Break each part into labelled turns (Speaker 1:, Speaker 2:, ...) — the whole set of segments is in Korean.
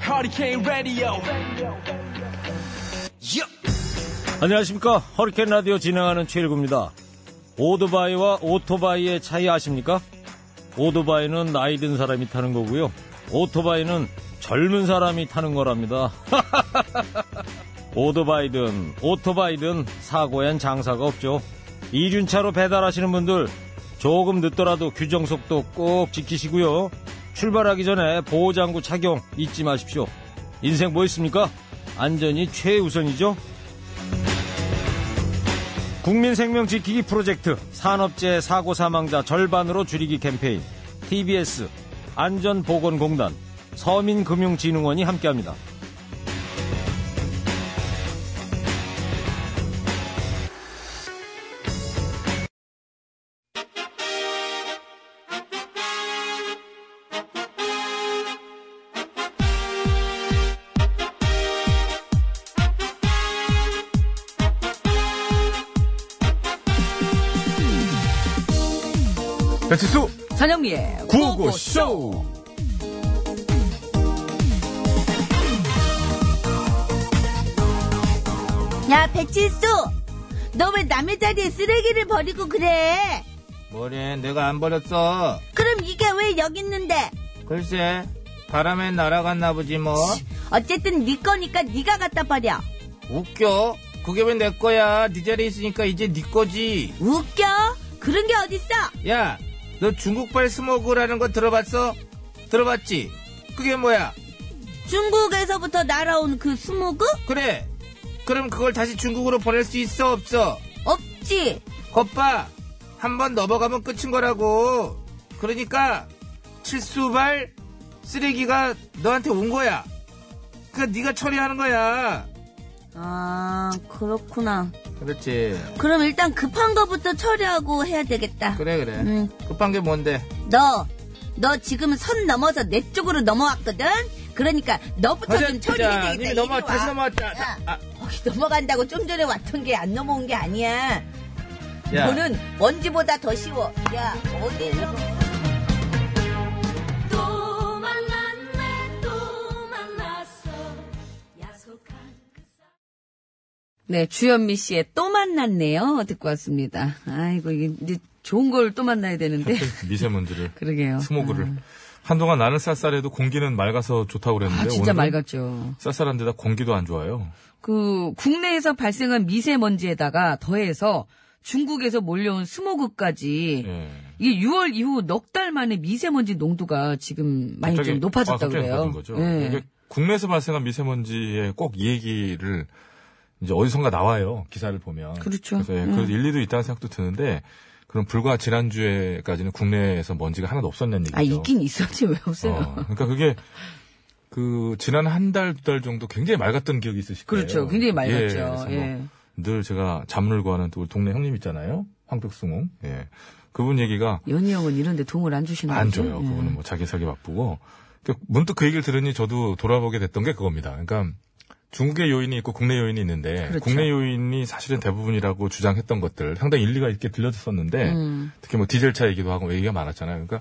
Speaker 1: Hurricane Radio.
Speaker 2: 안녕하십니까. 허리케인 라디오 진행하는 최일구입니다. 오토바이와 오토바이의 차이 아십니까? 오토바이는 나이 든 사람이 타는 거고요. 오토바이는 젊은 사람이 타는 거랍니다. 오토바이든 오토바이든 사고엔 장사가 없죠. 이륜차로 배달하시는 분들 조금 늦더라도 규정 속도 꼭 지키시고요. 출발하기 전에 보호장구 착용 잊지 마십시오. 인생 뭐 있습니까? 안전이 최우선이죠. 국민 생명 지키기 프로젝트 산업재해 사고 사망자 절반으로 줄이기 캠페인 TBS 안전보건공단 서민금융진흥원이 함께합니다.
Speaker 3: 배치수
Speaker 4: 전영미의
Speaker 3: 구호고쇼
Speaker 4: 야 배칠수 너 왜 남의 자리에 쓰레기를 버리고 그래
Speaker 5: 뭐래 내가 안 버렸어
Speaker 4: 그럼 이게 왜 여기 있는데
Speaker 5: 글쎄 바람에 날아갔나 보지 뭐
Speaker 4: 어쨌든 네 거니까 네가 갖다 버려
Speaker 5: 웃겨 그게 왜 내 거야 네 자리에 있으니까 이제 네 거지
Speaker 4: 웃겨 그런 게 어딨어
Speaker 5: 야 너 중국발 스모그라는 거 들어봤어? 들어봤지? 그게 뭐야?
Speaker 4: 중국에서부터 날아온 그 스모그
Speaker 5: 그래 그럼 그걸 다시 중국으로 보낼 수 있어 없어?
Speaker 4: 없지
Speaker 5: 겉봐 한 번 넘어가면 끝인 거라고 그러니까 칠수발 쓰레기가 너한테 온 거야 그니까 네가 처리하는 거야
Speaker 4: 아 그렇구나
Speaker 5: 그렇지
Speaker 4: 그럼 일단 급한 거부터 처리하고 해야 되겠다
Speaker 5: 그래 그래
Speaker 4: 음.
Speaker 5: 급한 게 뭔데
Speaker 4: 너, 너 지금 선 넘어서 내 쪽으로 넘어왔거든? 그러니까 너부터 좀 처리해야 되겠다.
Speaker 5: 이미
Speaker 4: 이리
Speaker 5: 넘어
Speaker 4: 와.
Speaker 5: 다시 넘어왔다
Speaker 4: 야,
Speaker 5: 아,
Speaker 4: 거기 넘어간다고 좀 전에 왔던 게 안 넘어온 게 아니야.
Speaker 5: 야.
Speaker 4: 너는 먼지보다 더 쉬워. 야, 어디서.
Speaker 6: 또 만났네 또 만났어 약속한 그
Speaker 4: 네, 주현미 씨의 또 만났네요. 듣고 왔습니다. 아이고, 이게 이제 좋은 걸 또 만나야 되는데.
Speaker 3: 미세먼지를
Speaker 4: 그러게요. 음.
Speaker 3: 스모그를 한동안 나는 쌀쌀해도 공기는 맑아서 좋다고
Speaker 4: 아,
Speaker 3: 그랬는데
Speaker 4: 아, 진짜
Speaker 3: 오늘은
Speaker 4: 맑았죠.
Speaker 3: 쌀쌀한 데다 공기도 안 좋아요.
Speaker 4: 그 국내에서 발생한 미세먼지에다가 더해서 중국에서 몰려온 스모그까지
Speaker 3: 예.
Speaker 4: 이게 6월 이후 넉 달 만에 미세먼지 농도가 지금 많이
Speaker 3: 갑자기-
Speaker 4: 좀
Speaker 3: 아,
Speaker 4: 높아졌다고
Speaker 3: 갑자기
Speaker 4: 그래요.
Speaker 3: 높아진 거죠.
Speaker 4: 예.
Speaker 3: 이게 국내에서 발생한 미세먼지에 꼭 이 얘기를 이제 어디선가 나와요. 기사를 보면.
Speaker 4: 그렇죠.
Speaker 3: 그래서, 예, 그래서 일리도 있다는 생각도 드는데 그럼 불과 지난주에까지는 국내에서 먼지가 하나도 없었는 얘기죠.
Speaker 4: 아, 있긴 있었지, 왜 없어요?
Speaker 3: 어, 그러니까 그게 그 지난 한 달 두 달 정도 굉장히 맑았던 기억이 있으실 거예요.
Speaker 4: 그렇죠. 굉장히
Speaker 3: 예,
Speaker 4: 맑았죠.
Speaker 3: 그래서 뭐
Speaker 4: 예.
Speaker 3: 늘 제가 잠을 구하는 또 우리 동네 형님 있잖아요. 황벽승웅. 예. 그분 얘기가
Speaker 4: 연희 형은 이런데 도움을 안 주시는
Speaker 3: 안
Speaker 4: 거죠?
Speaker 3: 줘요.
Speaker 4: 예.
Speaker 3: 그거는 뭐 자기 살기 바쁘고. 그러니까 문득 그 얘기를 들으니 저도 돌아보게 됐던 게 그겁니다. 그러니까 중국의 요인이 있고 국내 요인이 있는데
Speaker 4: 그렇죠.
Speaker 3: 국내 요인이 사실은 대부분이라고 주장했던 것들 상당히 일리가 있게 들려졌었는데
Speaker 4: 음.
Speaker 3: 특히 뭐 디젤차 얘기도 하고 얘기가 많았잖아요. 그러니까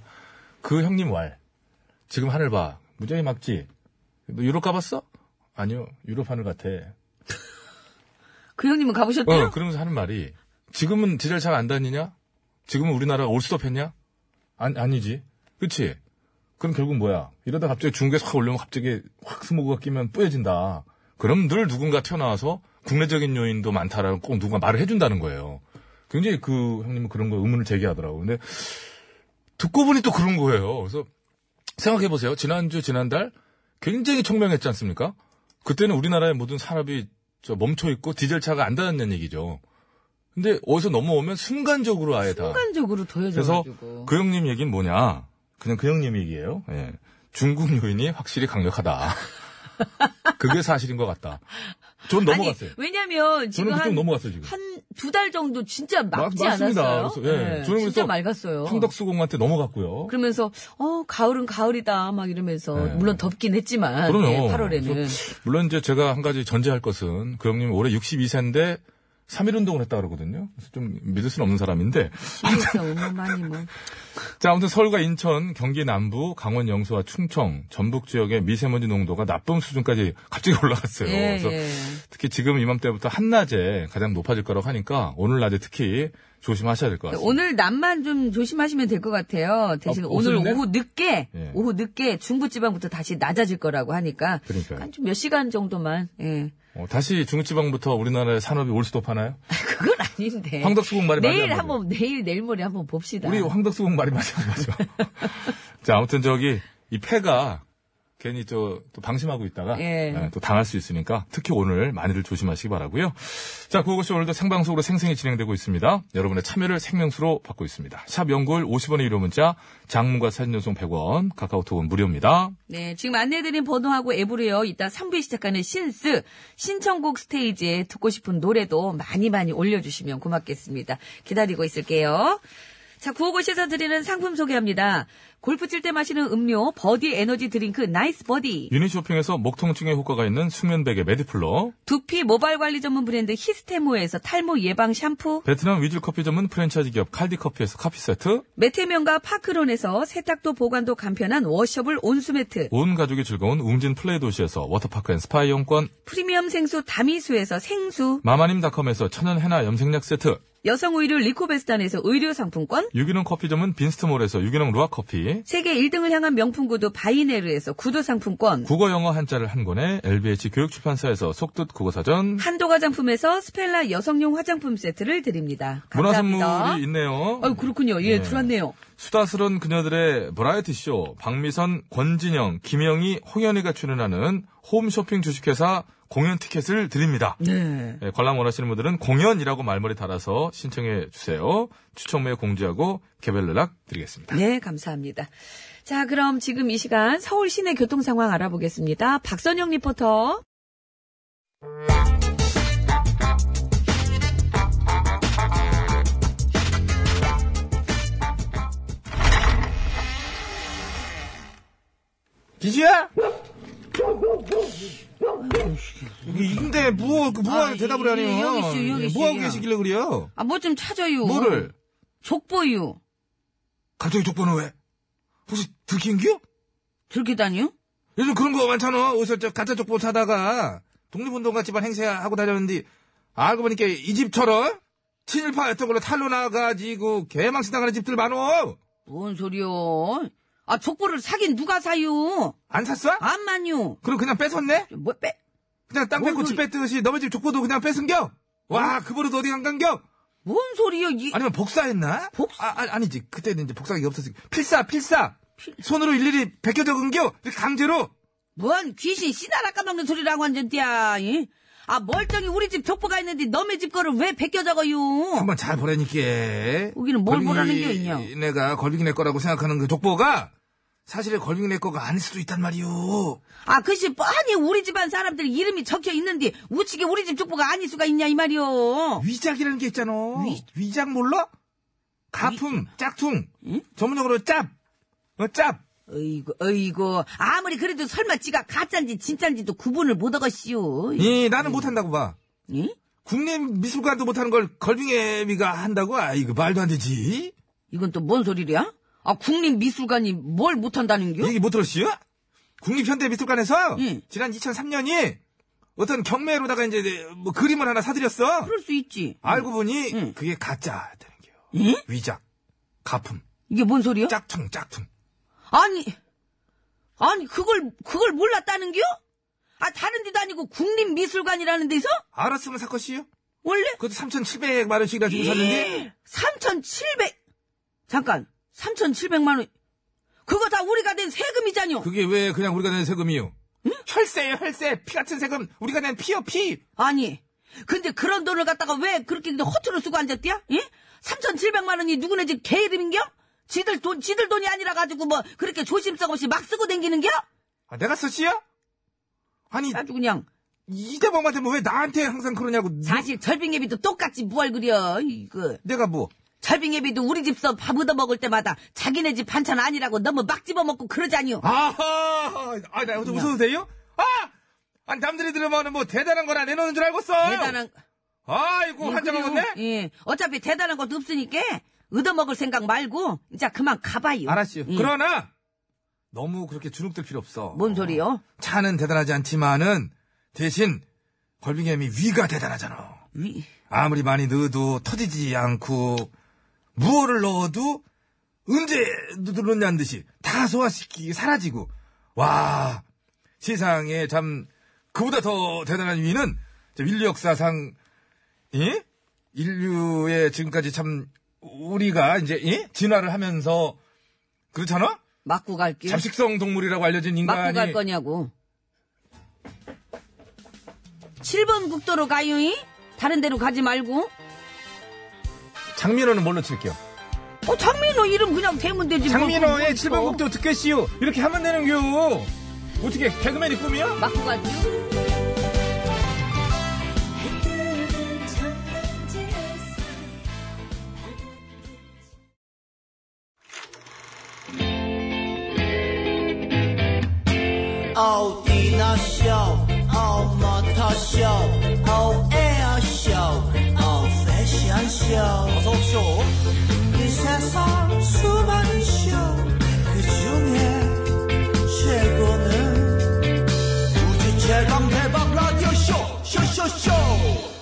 Speaker 3: 그 형님 왈 지금 하늘 봐 무지하게 막지 너 유럽 가봤어? 아니요 유럽 하늘 같아.
Speaker 4: 그 형님은 가보셨대요?
Speaker 3: 어 그러면서 하는 말이 지금은 디젤차가 안 다니냐? 지금은 우리나라 올스톱했냐? 안 아니지. 그렇지. 그럼 결국 뭐야? 이러다 갑자기 중국에서 확 올려면 갑자기 확 스모그가 끼면 뿌얘진다. 그럼 늘 누군가 튀어나와서 국내적인 요인도 많다라고 꼭 누군가 말을 해준다는 거예요. 굉장히 그 형님은 그런 거 의문을 제기하더라고요. 근데 듣고 보니 또 그런 거예요. 그래서 생각해보세요. 지난주, 지난달 굉장히 총명했지 않습니까? 그때는 우리나라의 모든 산업이 저 멈춰있고 디젤차가 안 닿았는 얘기죠. 근데 어디서 넘어오면 순간적으로 아예 다.
Speaker 4: 순간적으로
Speaker 3: 그래서
Speaker 4: 더해져가지고.
Speaker 3: 그 형님 얘기는 뭐냐? 그냥 그 형님 얘기예요. 예. 중국 요인이 확실히 강력하다. 그게 사실인 것 같다. 전
Speaker 4: 아니,
Speaker 3: 넘어갔어요.
Speaker 4: 왜냐면 지금
Speaker 3: 저는 그쪽
Speaker 4: 한
Speaker 3: 넘어갔어요 지금.
Speaker 4: 한 두 달 정도 진짜 막지
Speaker 3: 맞습니다.
Speaker 4: 않았어요? 네,
Speaker 3: 그래서, 예. 저는
Speaker 4: 진짜
Speaker 3: 그래서
Speaker 4: 맑았어요.
Speaker 3: 황덕수공한테 넘어갔고요.
Speaker 4: 그러면서 어 가을은 가을이다 막 이러면서
Speaker 3: 예.
Speaker 4: 물론 덥긴 했지만 예,
Speaker 3: 그럼요.
Speaker 4: 8월에는
Speaker 3: 물론 이제 제가 한 가지 전제할 것은 그 형님 올해 62세인데 3일 운동을 했다 그러거든요. 그래서 좀 믿을 수는 없는 사람인데.
Speaker 4: 진짜 어마마니 뭐.
Speaker 3: 자, 아무튼 서울과 인천, 경기 남부, 강원 영서와 충청, 전북 지역의 미세먼지 농도가 나쁨 수준까지 갑자기 올라갔어요.
Speaker 4: 예,
Speaker 3: 그래서
Speaker 4: 예.
Speaker 3: 특히 지금 이맘때부터 한낮에 가장 높아질 거라고 하니까 오늘 낮에 특히 조심하셔야 될 것 같습니다.
Speaker 4: 네, 오늘 낮만 좀 조심하시면 될 것 같아요. 대신
Speaker 3: 아,
Speaker 4: 오늘
Speaker 3: 오후인데?
Speaker 4: 오후 늦게,
Speaker 3: 예.
Speaker 4: 오후 늦게 중부지방부터 다시 낮아질 거라고 하니까.
Speaker 3: 그러니까요.
Speaker 4: 한 좀 몇 시간 정도만, 예.
Speaker 3: 어, 다시 중부지방부터 우리나라의 산업이 올스톱하나요?
Speaker 4: 그건 아닌데.
Speaker 3: 황덕수국 말이 맞아요.
Speaker 4: 내일 한번, 내일, 내일 모레 한번 봅시다.
Speaker 3: 우리 황덕수국 말이 맞아요, 맞아. 자, 아무튼 저기 이 폐가 괜히 저, 또 방심하고 있다가
Speaker 4: 예.
Speaker 3: 예, 또 당할 수 있으니까 특히 오늘 많이들 조심하시기 바라고요. 자, 그것이 오늘도 생방송으로 생생히 진행되고 있습니다. 여러분의 참여를 생명수로 받고 있습니다. 샵 연골 50원의 유료 문자, 장문과 사진 연속 100원, 카카오톡은 무료입니다.
Speaker 4: 네, 지금 안내드린 번호하고 앱으로요, 이따 3부에 시작하는 신스, 신청곡 스테이지에 듣고 싶은 노래도 많이 많이 올려주시면 고맙겠습니다. 기다리고 있을게요. 자, 구호고시에서 드리는 상품 소개합니다. 골프 칠 때 마시는 음료, 버디 에너지 드링크, 그 나이스 버디.
Speaker 3: 유니쇼핑에서 목통증에 효과가 있는 숙면베개 메디플러,
Speaker 4: 두피 모발 관리 전문 브랜드 히스테모에서 탈모 예방 샴푸.
Speaker 3: 베트남 위즐커피 전문 프랜차이즈 기업 칼디커피에서 커피 세트,
Speaker 4: 매태면과 파크론에서 세탁도 보관도 간편한 워셔블 온수매트.
Speaker 3: 온 가족이 즐거운 웅진 플레이 도시에서 워터파크 앤 스파 이용권,
Speaker 4: 프리미엄 생수 다미수에서 생수.
Speaker 3: 마마님닷컴에서 천연 해나 염색약 세트,
Speaker 4: 여성 의류 리코베스탄에서 의류 상품권.
Speaker 3: 유기농 커피 점은 빈스트몰에서 유기농 루아 커피,
Speaker 4: 세계 1등을 향한 명품 구두 바이네르에서 구두 상품권.
Speaker 3: 국어 영어 한자를 한 권에 LBH 교육출판사에서 속뜻 국어사전,
Speaker 4: 한도 화장품에서 스펠라 여성용 화장품 세트를 드립니다. 감사합니다.
Speaker 3: 문화선물이 있네요.
Speaker 4: 아유, 그렇군요. 예,
Speaker 3: 네.
Speaker 4: 들어왔네요.
Speaker 3: 수다스런 그녀들의 버라이티 쇼 박미선, 권진영, 김영희, 홍현희가 출연하는 홈쇼핑 주식회사 공연 티켓을 드립니다.
Speaker 4: 네.
Speaker 3: 예, 관람 원하시는 분들은 공연이라고 말머리 달아서 신청해 주세요. 추첨에 공지하고 개별 연락 드리겠습니다.
Speaker 4: 네, 감사합니다. 자, 그럼 지금 이 시간 서울 시내 교통 상황 알아보겠습니다. 박선영 리포터.
Speaker 7: 기지야? 이근데 뭐, 그 뭐하러
Speaker 4: 아,
Speaker 7: 대답을
Speaker 4: 이-
Speaker 7: 하네요.
Speaker 4: 여기 있어, 여기 있어,
Speaker 7: 뭐하고
Speaker 4: 여기야.
Speaker 7: 계시길래 그래요?
Speaker 4: 아, 뭐 좀 찾아요.
Speaker 7: 뭐를?
Speaker 4: 족보유.
Speaker 7: 갑자기 족보는 왜? 혹시 들킨겨?
Speaker 4: 들기다니요?
Speaker 7: 요즘 그런 거 많잖아. 어디서 저 가짜 족보 사다가 독립운동 같이 만 행세하고 다녔는데 알고 보니까 이 집처럼 친일파였던 걸로 탈로 나가지고 개망신 당하는 집들 많어.
Speaker 4: 뭔 소리요? 아, 족보를 사긴 누가 사요?
Speaker 7: 안 샀어?
Speaker 4: 암만요.
Speaker 7: 그럼 그냥 뺏었네?
Speaker 4: 뭐, 빼,
Speaker 7: 그냥 땅
Speaker 4: 뭔
Speaker 7: 뺏고
Speaker 4: 소리-
Speaker 7: 집 뺏듯이 너네 집 족보도 그냥 뺏은겨? 와, 그 버릇 어디 안 간겨?
Speaker 4: 뭔 소리요? 이,
Speaker 7: 아니면 복사했나?
Speaker 4: 복사?
Speaker 7: 아, 아, 아니지. 그때는 이제 복사기 없었으니까. 필사, 필사! 손으로 일일이 베껴 적은겨? 이렇게 강제로!
Speaker 4: 뭔 귀신 씨나라 까먹는 소리라고 한잔디야 아, 멀쩡히 우리 집 족보가 있는데 너네 집 거를 왜 베껴 적어요?
Speaker 7: 한번 잘 보라니까.
Speaker 4: 거기는 뭘 보라는 게 있냐?
Speaker 7: 내가 걸빙이네 거라고 생각하는 그 족보가 사실은 걸빙이네 거가 아닐 수도 있단 말이오.
Speaker 4: 아, 글씨 뻔히 우리 집안 사람들 이름이 적혀 있는데 우측에 우리 집 족보가 아닐 수가 있냐 이 말이오.
Speaker 7: 위작이라는 게 있잖아. 위? 작 몰라? 가품, 짝퉁. 전문적으로 짭. 어, 짭.
Speaker 4: 어이구, 어이구. 아무리 그래도 설마 지가 가짠지 진짠지도 구분을 못 하겠시오.
Speaker 7: 이 나는 못한다고 봐.
Speaker 4: 예?
Speaker 7: 국내 미술관도 못하는 걸 걸빙애미가 한다고? 아, 이거 말도 안 되지.
Speaker 4: 이건 또 뭔 소리랴? 아, 국립미술관이 뭘 못한다는 겨?
Speaker 7: 얘기 못 들었어요? 국립현대미술관에서
Speaker 4: 응.
Speaker 7: 지난 2003년이 어떤 경매로다가 이제 뭐 그림을 하나 사들였어.
Speaker 4: 그럴 수 있지.
Speaker 7: 알고 보니
Speaker 4: 응.
Speaker 7: 그게 가짜다는 게요.
Speaker 4: 예?
Speaker 7: 위작, 가품,
Speaker 4: 이게 뭔 소리야?
Speaker 7: 짝퉁, 짝퉁.
Speaker 4: 아니, 아니, 그걸, 그걸 몰랐다는 겨? 아, 다른 데도 아니고 국립미술관이라는 데서?
Speaker 7: 알았으면 살 것이요.
Speaker 4: 원래?
Speaker 7: 그것도 3,700만 원씩이나 주고 샀는데
Speaker 4: 3,700, 잠깐, 3,700만원. 그거 다 우리가 낸 세금이잖여.
Speaker 7: 그게 왜 그냥 우리가 낸 세금이요? 혈세예요, 혈세. 피 같은 세금. 우리가 낸 피요, 피.
Speaker 4: 아니, 근데 그런 돈을 갖다가 왜 그렇게 그냥 허투루 쓰고 앉았대야? 예? 3,700만원이 누구네 집 개 이름인겨? 지들 돈, 지들 돈이 아니라가지고 뭐 그렇게 조심성 없이 막 쓰고 댕기는겨?
Speaker 7: 아, 내가 썼지요? 아니
Speaker 4: 아주 그냥,
Speaker 7: 이대범한테 뭐 왜 나한테 항상 그러냐고.
Speaker 4: 사실 절빙예비도 똑같이 무얼 그려, 이거.
Speaker 7: 내가 뭐
Speaker 4: 절빙애비도 우리 집서 밥 얻어 먹을 때마다 자기네 집 반찬 아니라고 너무 막 집어 먹고 그러자니요.
Speaker 5: 아,
Speaker 7: 아하! 아, 나 여기서 웃어도 돼요? 아! 아니, 남들이 들으면 뭐 대단한 거나 내놓는 줄 알고 써!
Speaker 4: 대단한 음,
Speaker 7: 아이고, 한장
Speaker 4: 그리고,
Speaker 7: 먹었네?
Speaker 4: 예. 어차피 대단한 것도 없으니까 얻어먹을 생각 말고 이제 그만 가봐요.
Speaker 7: 알았어요.
Speaker 4: 예.
Speaker 7: 그러나, 너무 그렇게 주눅들 필요 없어.
Speaker 4: 뭔 소리요?
Speaker 7: 차는 대단하지 않지만은, 대신, 걸빙햄이 위가 대단하잖아.
Speaker 4: 위.
Speaker 7: 아무리 많이 넣어도 터지지 않고 무엇을 넣어도 언제 넣었냐는 듯이 다 소화시키기 사라지고 와 세상에 참 그보다 더 대단한 위는 참 인류 역사상 예? 인류의 지금까지 참 우리가 이제 예? 진화를 하면서 그렇잖아
Speaker 4: 맞고 갈게요.
Speaker 7: 잡식성 동물이라고 알려진
Speaker 4: 맞고 갈
Speaker 7: 인간이
Speaker 4: 거냐고. 7번 국도로 가요잉? 다른 데로 가지 말고.
Speaker 7: 장민호는 뭘로 칠게요?
Speaker 4: 어, 장민호 이름 그냥 대면 되지. 뭐, 뭐
Speaker 7: 장민호의
Speaker 4: 있어.
Speaker 7: 7번 곡도 듣겠시오 이렇게 하면 되는겨 어떻게 개그맨이 꿈이야?
Speaker 4: 맞고 갈게요.
Speaker 8: 뜨는 천둥지에서 바닷빛
Speaker 1: 哦，迪娜秀，哦，模特秀，哦，air show，哦，fashion show，어서 오쇼. 이 세상 수많은 쇼, 그 중에 최고는 우주 최강 대박 라디오 쇼, 쇼쇼쇼.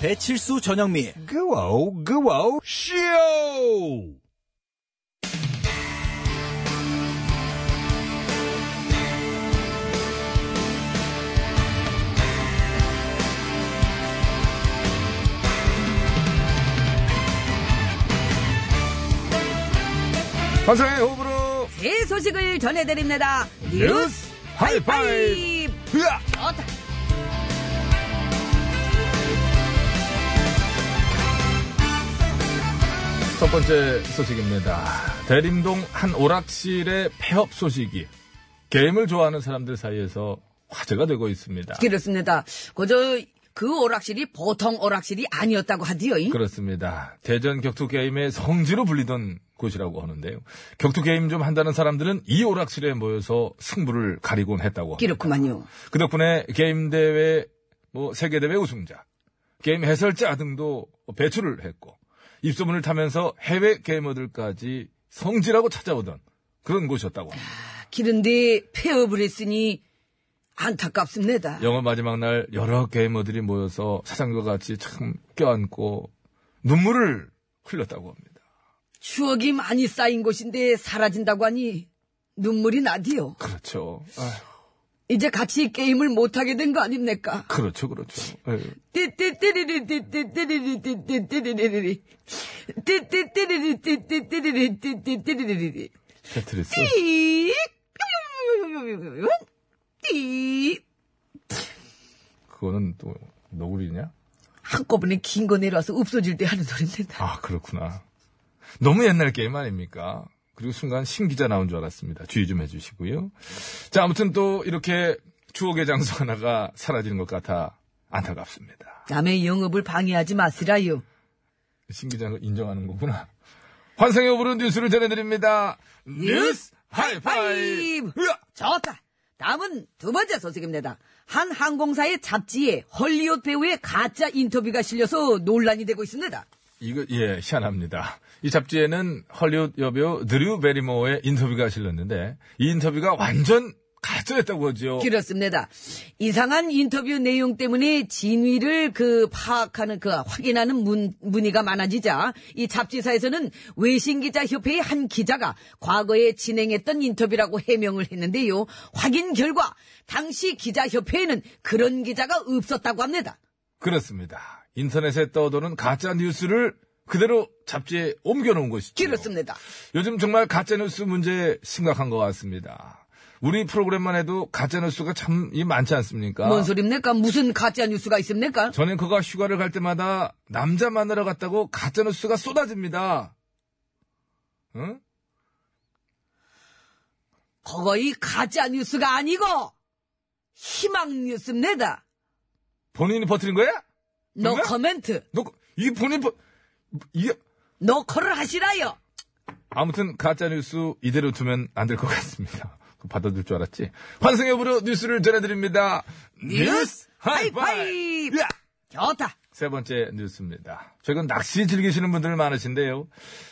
Speaker 1: 배칠수 전영미.
Speaker 7: 그워 그워 쇼 환상의 호흡으로
Speaker 4: 제 소식을 전해드립니다.
Speaker 7: 뉴스 하이파이브
Speaker 4: 하이파이브.
Speaker 7: 으아!
Speaker 4: 어다.
Speaker 9: 첫 번째 소식입니다. 대림동 한 오락실의 폐업 소식이 게임을 좋아하는 사람들 사이에서 화제가 되고 있습니다.
Speaker 4: 그렇습니다. 그저 그 오락실이 보통 오락실이 아니었다고 하디요. 잉?
Speaker 7: 그렇죠.
Speaker 9: 그렇습니다. 대전 격투 게임의 성지로 불리던 곳이라고 하는데요. 격투 게임 좀 한다는 사람들은 이 오락실에 모여서 승부를 가리곤 했다고 합니다.
Speaker 4: 그렇구만요.
Speaker 9: 그 덕분에 게임 대회, 뭐 세계 대회 우승자, 게임 해설자 등도 배출을 했고 입소문을 타면서 해외 게이머들까지 성지라고 찾아오던 그런 곳이었다고 합니다.
Speaker 4: 그런데 폐업을 했으니 안타깝습니다.
Speaker 9: 영업 마지막 날 여러 게이머들이 모여서 사장과 같이 참 껴안고 눈물을 흘렸다고 합니다.
Speaker 4: 추억이 많이 쌓인 곳인데 사라진다고 하니 눈물이 나디요.
Speaker 9: 그렇죠. 아휴,
Speaker 4: 이제 같이 게임을 못하게 된 거 아닙니까?
Speaker 9: 그렇죠, 그렇죠. 예.
Speaker 4: 띠띠띠리리띠띠띠리리띠띠띠리리리. 띠띠띠리리띠띠띠리리띠띠리리리.
Speaker 9: 테트리스.
Speaker 4: 띠익. 띠익.
Speaker 9: 그거는 또 너구리냐?
Speaker 4: 한꺼번에 긴 거 내려와서 없어질 때 하는 소린데 나.
Speaker 9: 아, 그렇구나. 너무 옛날 게임 아닙니까? 그리고 순간 신기자 나온 줄 알았습니다. 주의 좀 해주시고요. 자, 아무튼 또 이렇게 추억의 장소 하나가 사라지는 것 같아 안타깝습니다.
Speaker 4: 남의 영업을 방해하지 마시라요.
Speaker 9: 신기자는 인정하는 거구나. 환상의 오브로 뉴스를 전해드립니다. 뉴스 하이파이브! 으아!
Speaker 4: 좋다. 다음은 두 번째 소식입니다. 한 항공사의 잡지에 헐리우드 배우의 가짜 인터뷰가 실려서 논란이 되고 있습니다.
Speaker 9: 이거 예 희한합니다. 이 잡지에는 헐리우드 여배우 드류 베리모어의 인터뷰가 실렸는데 이 인터뷰가 완전 가짜였다고 하죠.
Speaker 4: 그렇습니다. 이상한 인터뷰 내용 때문에 진위를 그 파악하는 그 확인하는 문, 문의가 많아지자 이 잡지사에서는 외신기자협회의 한 기자가 과거에 진행했던 인터뷰라고 해명을 했는데요. 확인 결과 당시 기자협회에는 그런 기자가 없었다고 합니다.
Speaker 9: 그렇습니다. 인터넷에 떠도는 가짜 뉴스를 그대로 잡지에 옮겨놓은 것이죠.
Speaker 4: 그렇습니다.
Speaker 9: 요즘 정말 가짜 뉴스 문제 심각한 것 같습니다. 우리 프로그램만 해도 가짜 뉴스가 참 이 많지 않습니까?
Speaker 4: 뭔 소립니까? 무슨 가짜 뉴스가 있습니까?
Speaker 9: 저는 그가 휴가를 갈 때마다 남자 만나러 갔다고 가짜 뉴스가 쏟아집니다. 응?
Speaker 4: 거의 가짜 뉴스가 아니고 희망 뉴스입니다.
Speaker 9: 본인이 퍼뜨린 거야?
Speaker 4: 너
Speaker 9: 그거야?
Speaker 4: 커멘트,
Speaker 9: 너 이게 본인 버- 이게
Speaker 4: 너 콜을 하시라요.
Speaker 9: 아무튼 가짜 뉴스 이대로 두면 안 될 것 같습니다. 그거 받아줄 줄 알았지? 환승엽으로 뉴스를 전해드립니다. 뉴스 하이파이.
Speaker 4: 하이파이브! 좋다.
Speaker 9: 세 번째 뉴스입니다. 최근 낚시 즐기시는 분들 많으신데요.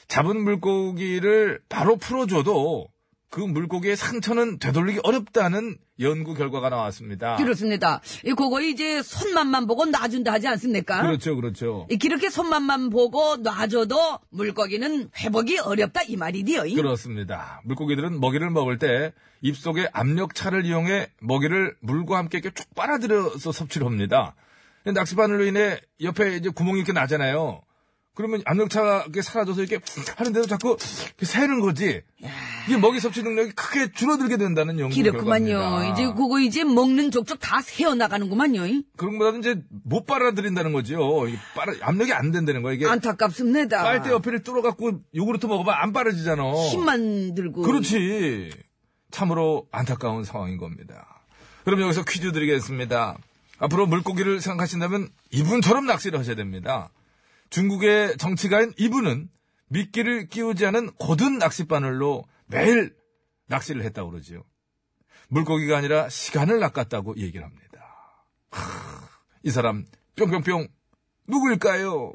Speaker 9: 잡은 물고기를 바로 풀어줘도 그 물고기의 상처는 되돌리기 어렵다는 연구 결과가 나왔습니다.
Speaker 4: 그렇습니다. 이 그거 이제 손맛만 보고 놔준다 하지 않습니까?
Speaker 9: 그렇죠, 그렇죠.
Speaker 4: 이 그렇게 손맛만 보고 놔줘도 물고기는 회복이 어렵다 이 말이디요. 이.
Speaker 9: 그렇습니다. 물고기들은 먹이를 먹을 때 입속에 압력차를 이용해 먹이를 물과 함께 이렇게 쭉 빨아들여서 섭취를 합니다. 근데 낚시바늘로 인해 옆에 이제 구멍이 이렇게 나잖아요. 그러면 압력차가 이렇게 사라져서 이렇게 하는데도 자꾸 이렇게 새는 거지. 이게 먹이 섭취 능력이 크게 줄어들게 된다는 연구
Speaker 4: 그렇구만요.
Speaker 9: 결과입니다.
Speaker 4: 이제 그거 이제 먹는 족족 다 새어나가는구만요. 이.
Speaker 9: 그런 것보다는 이제 못 빨아들인다는 거지요. 이게 빨아, 압력이 안 된다는 거야. 이게
Speaker 4: 안타깝습니다.
Speaker 9: 빨대 옆에를 뚫어갖고 요구르트 먹어봐 그렇죠. 안 빨아지잖아.
Speaker 4: 힘만 들고.
Speaker 9: 그렇지. 참으로 안타까운 상황인 겁니다. 그럼 여기서 퀴즈 드리겠습니다. 앞으로 물고기를 생각하신다면 이분처럼 낚시를 하셔야 됩니다. 중국의 정치가인 이분은 미끼를 끼우지 않은 고든 낚싯바늘로 매일 낚시를 했다고 그러지요. 물고기가 아니라 시간을 낚았다고 얘기를 합니다. 하, 이 사람 뿅뿅뿅 누구일까요?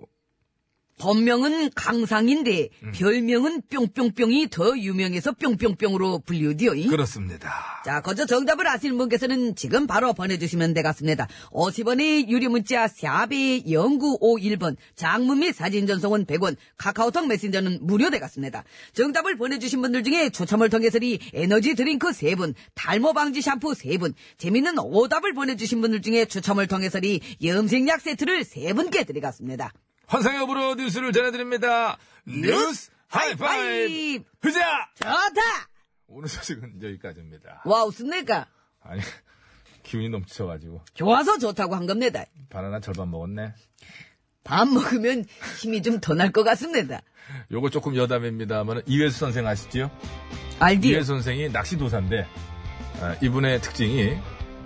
Speaker 4: 本명은 강상인데
Speaker 9: 음.
Speaker 4: 별명은 뿅뿅뿅이 더 유명해서 뿅뿅뿅으로 불리우디요. 이.
Speaker 9: 그렇습니다.
Speaker 4: 자, 거저 정답을 아시는 분께서는 지금 바로 보내주시면 되겠습니다. 50원의 유리문자 샵의 0951번, 장문 및 사진 전송은 100원, 카카오톡 메신저는 무료 되겠습니다. 정답을 보내주신 분들 중에 추첨을 통해서리 에너지 드링크 3분, 탈모 방지 샴푸 3분, 재밌는 오답을 보내주신 분들 중에 추첨을 통해서리 염색약 세트를 3분께 드리겠습니다.
Speaker 9: 환상엽으로 뉴스를 전해드립니다. 뉴스 하이파이브!
Speaker 4: 하이파이브!
Speaker 9: 흐자!
Speaker 4: 좋다!
Speaker 9: 오늘 소식은 여기까지입니다.
Speaker 4: 와우, 씁니까?
Speaker 9: 아니, 기운이 넘쳐가지고
Speaker 4: 좋아서 좋다고 한 겁니다.
Speaker 9: 바나나 절반 먹었네.
Speaker 4: 밥 먹으면 힘이 좀 더 날 것 같습니다.
Speaker 9: 요거 조금 여담입니다만 이회수 선생 아시죠?
Speaker 4: 알디요?
Speaker 9: 이회수 선생이 낚시도사인데 아, 이분의 특징이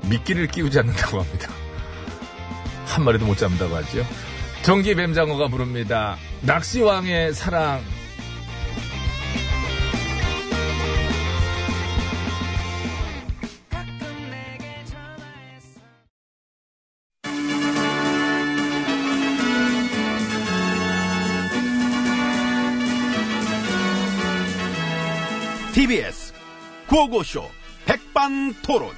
Speaker 9: 미끼를 끼우지 않는다고 합니다. 한 마리도 못 잡는다고 하죠. 전기 뱀장어가 부릅니다. 낚시왕의 사랑.
Speaker 1: TBS 구호고쇼 백반토론.